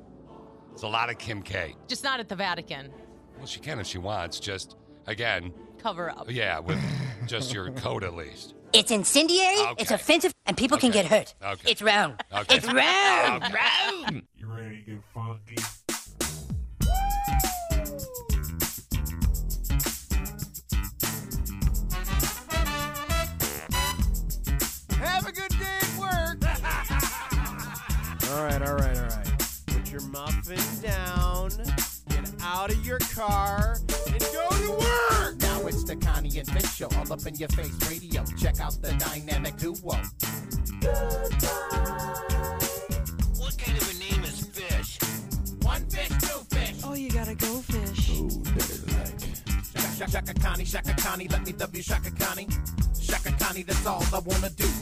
S4: It's a lot of Kim K.
S7: Just not at the Vatican.
S4: Well, she can if she wants, just again,
S7: Cover up.
S4: yeah, with just your coat at least.
S18: It's incendiary, it's offensive, and people can
S4: Okay.
S18: get hurt.
S4: Okay.
S18: It's wrong.
S4: Okay.
S18: It's wrong.
S4: Okay.
S18: Wrong.
S19: You ready to get funky?
S20: Have a good day at work.
S21: All right, all right, all right.
S20: Put your muffin down. Get out of your car and go to work.
S22: Now it's the Connie and Fish show, all up in your face radio. Check out the dynamic duo.
S23: What kind of a name is fish?
S22: One fish, two fish. Oh, you gotta go fish. Ooh, dirty like. Shaka, shaka, shaka Connie, Shaka Connie, let me love you, Shaka Connie. Shaka Connie, that's all I wanna do.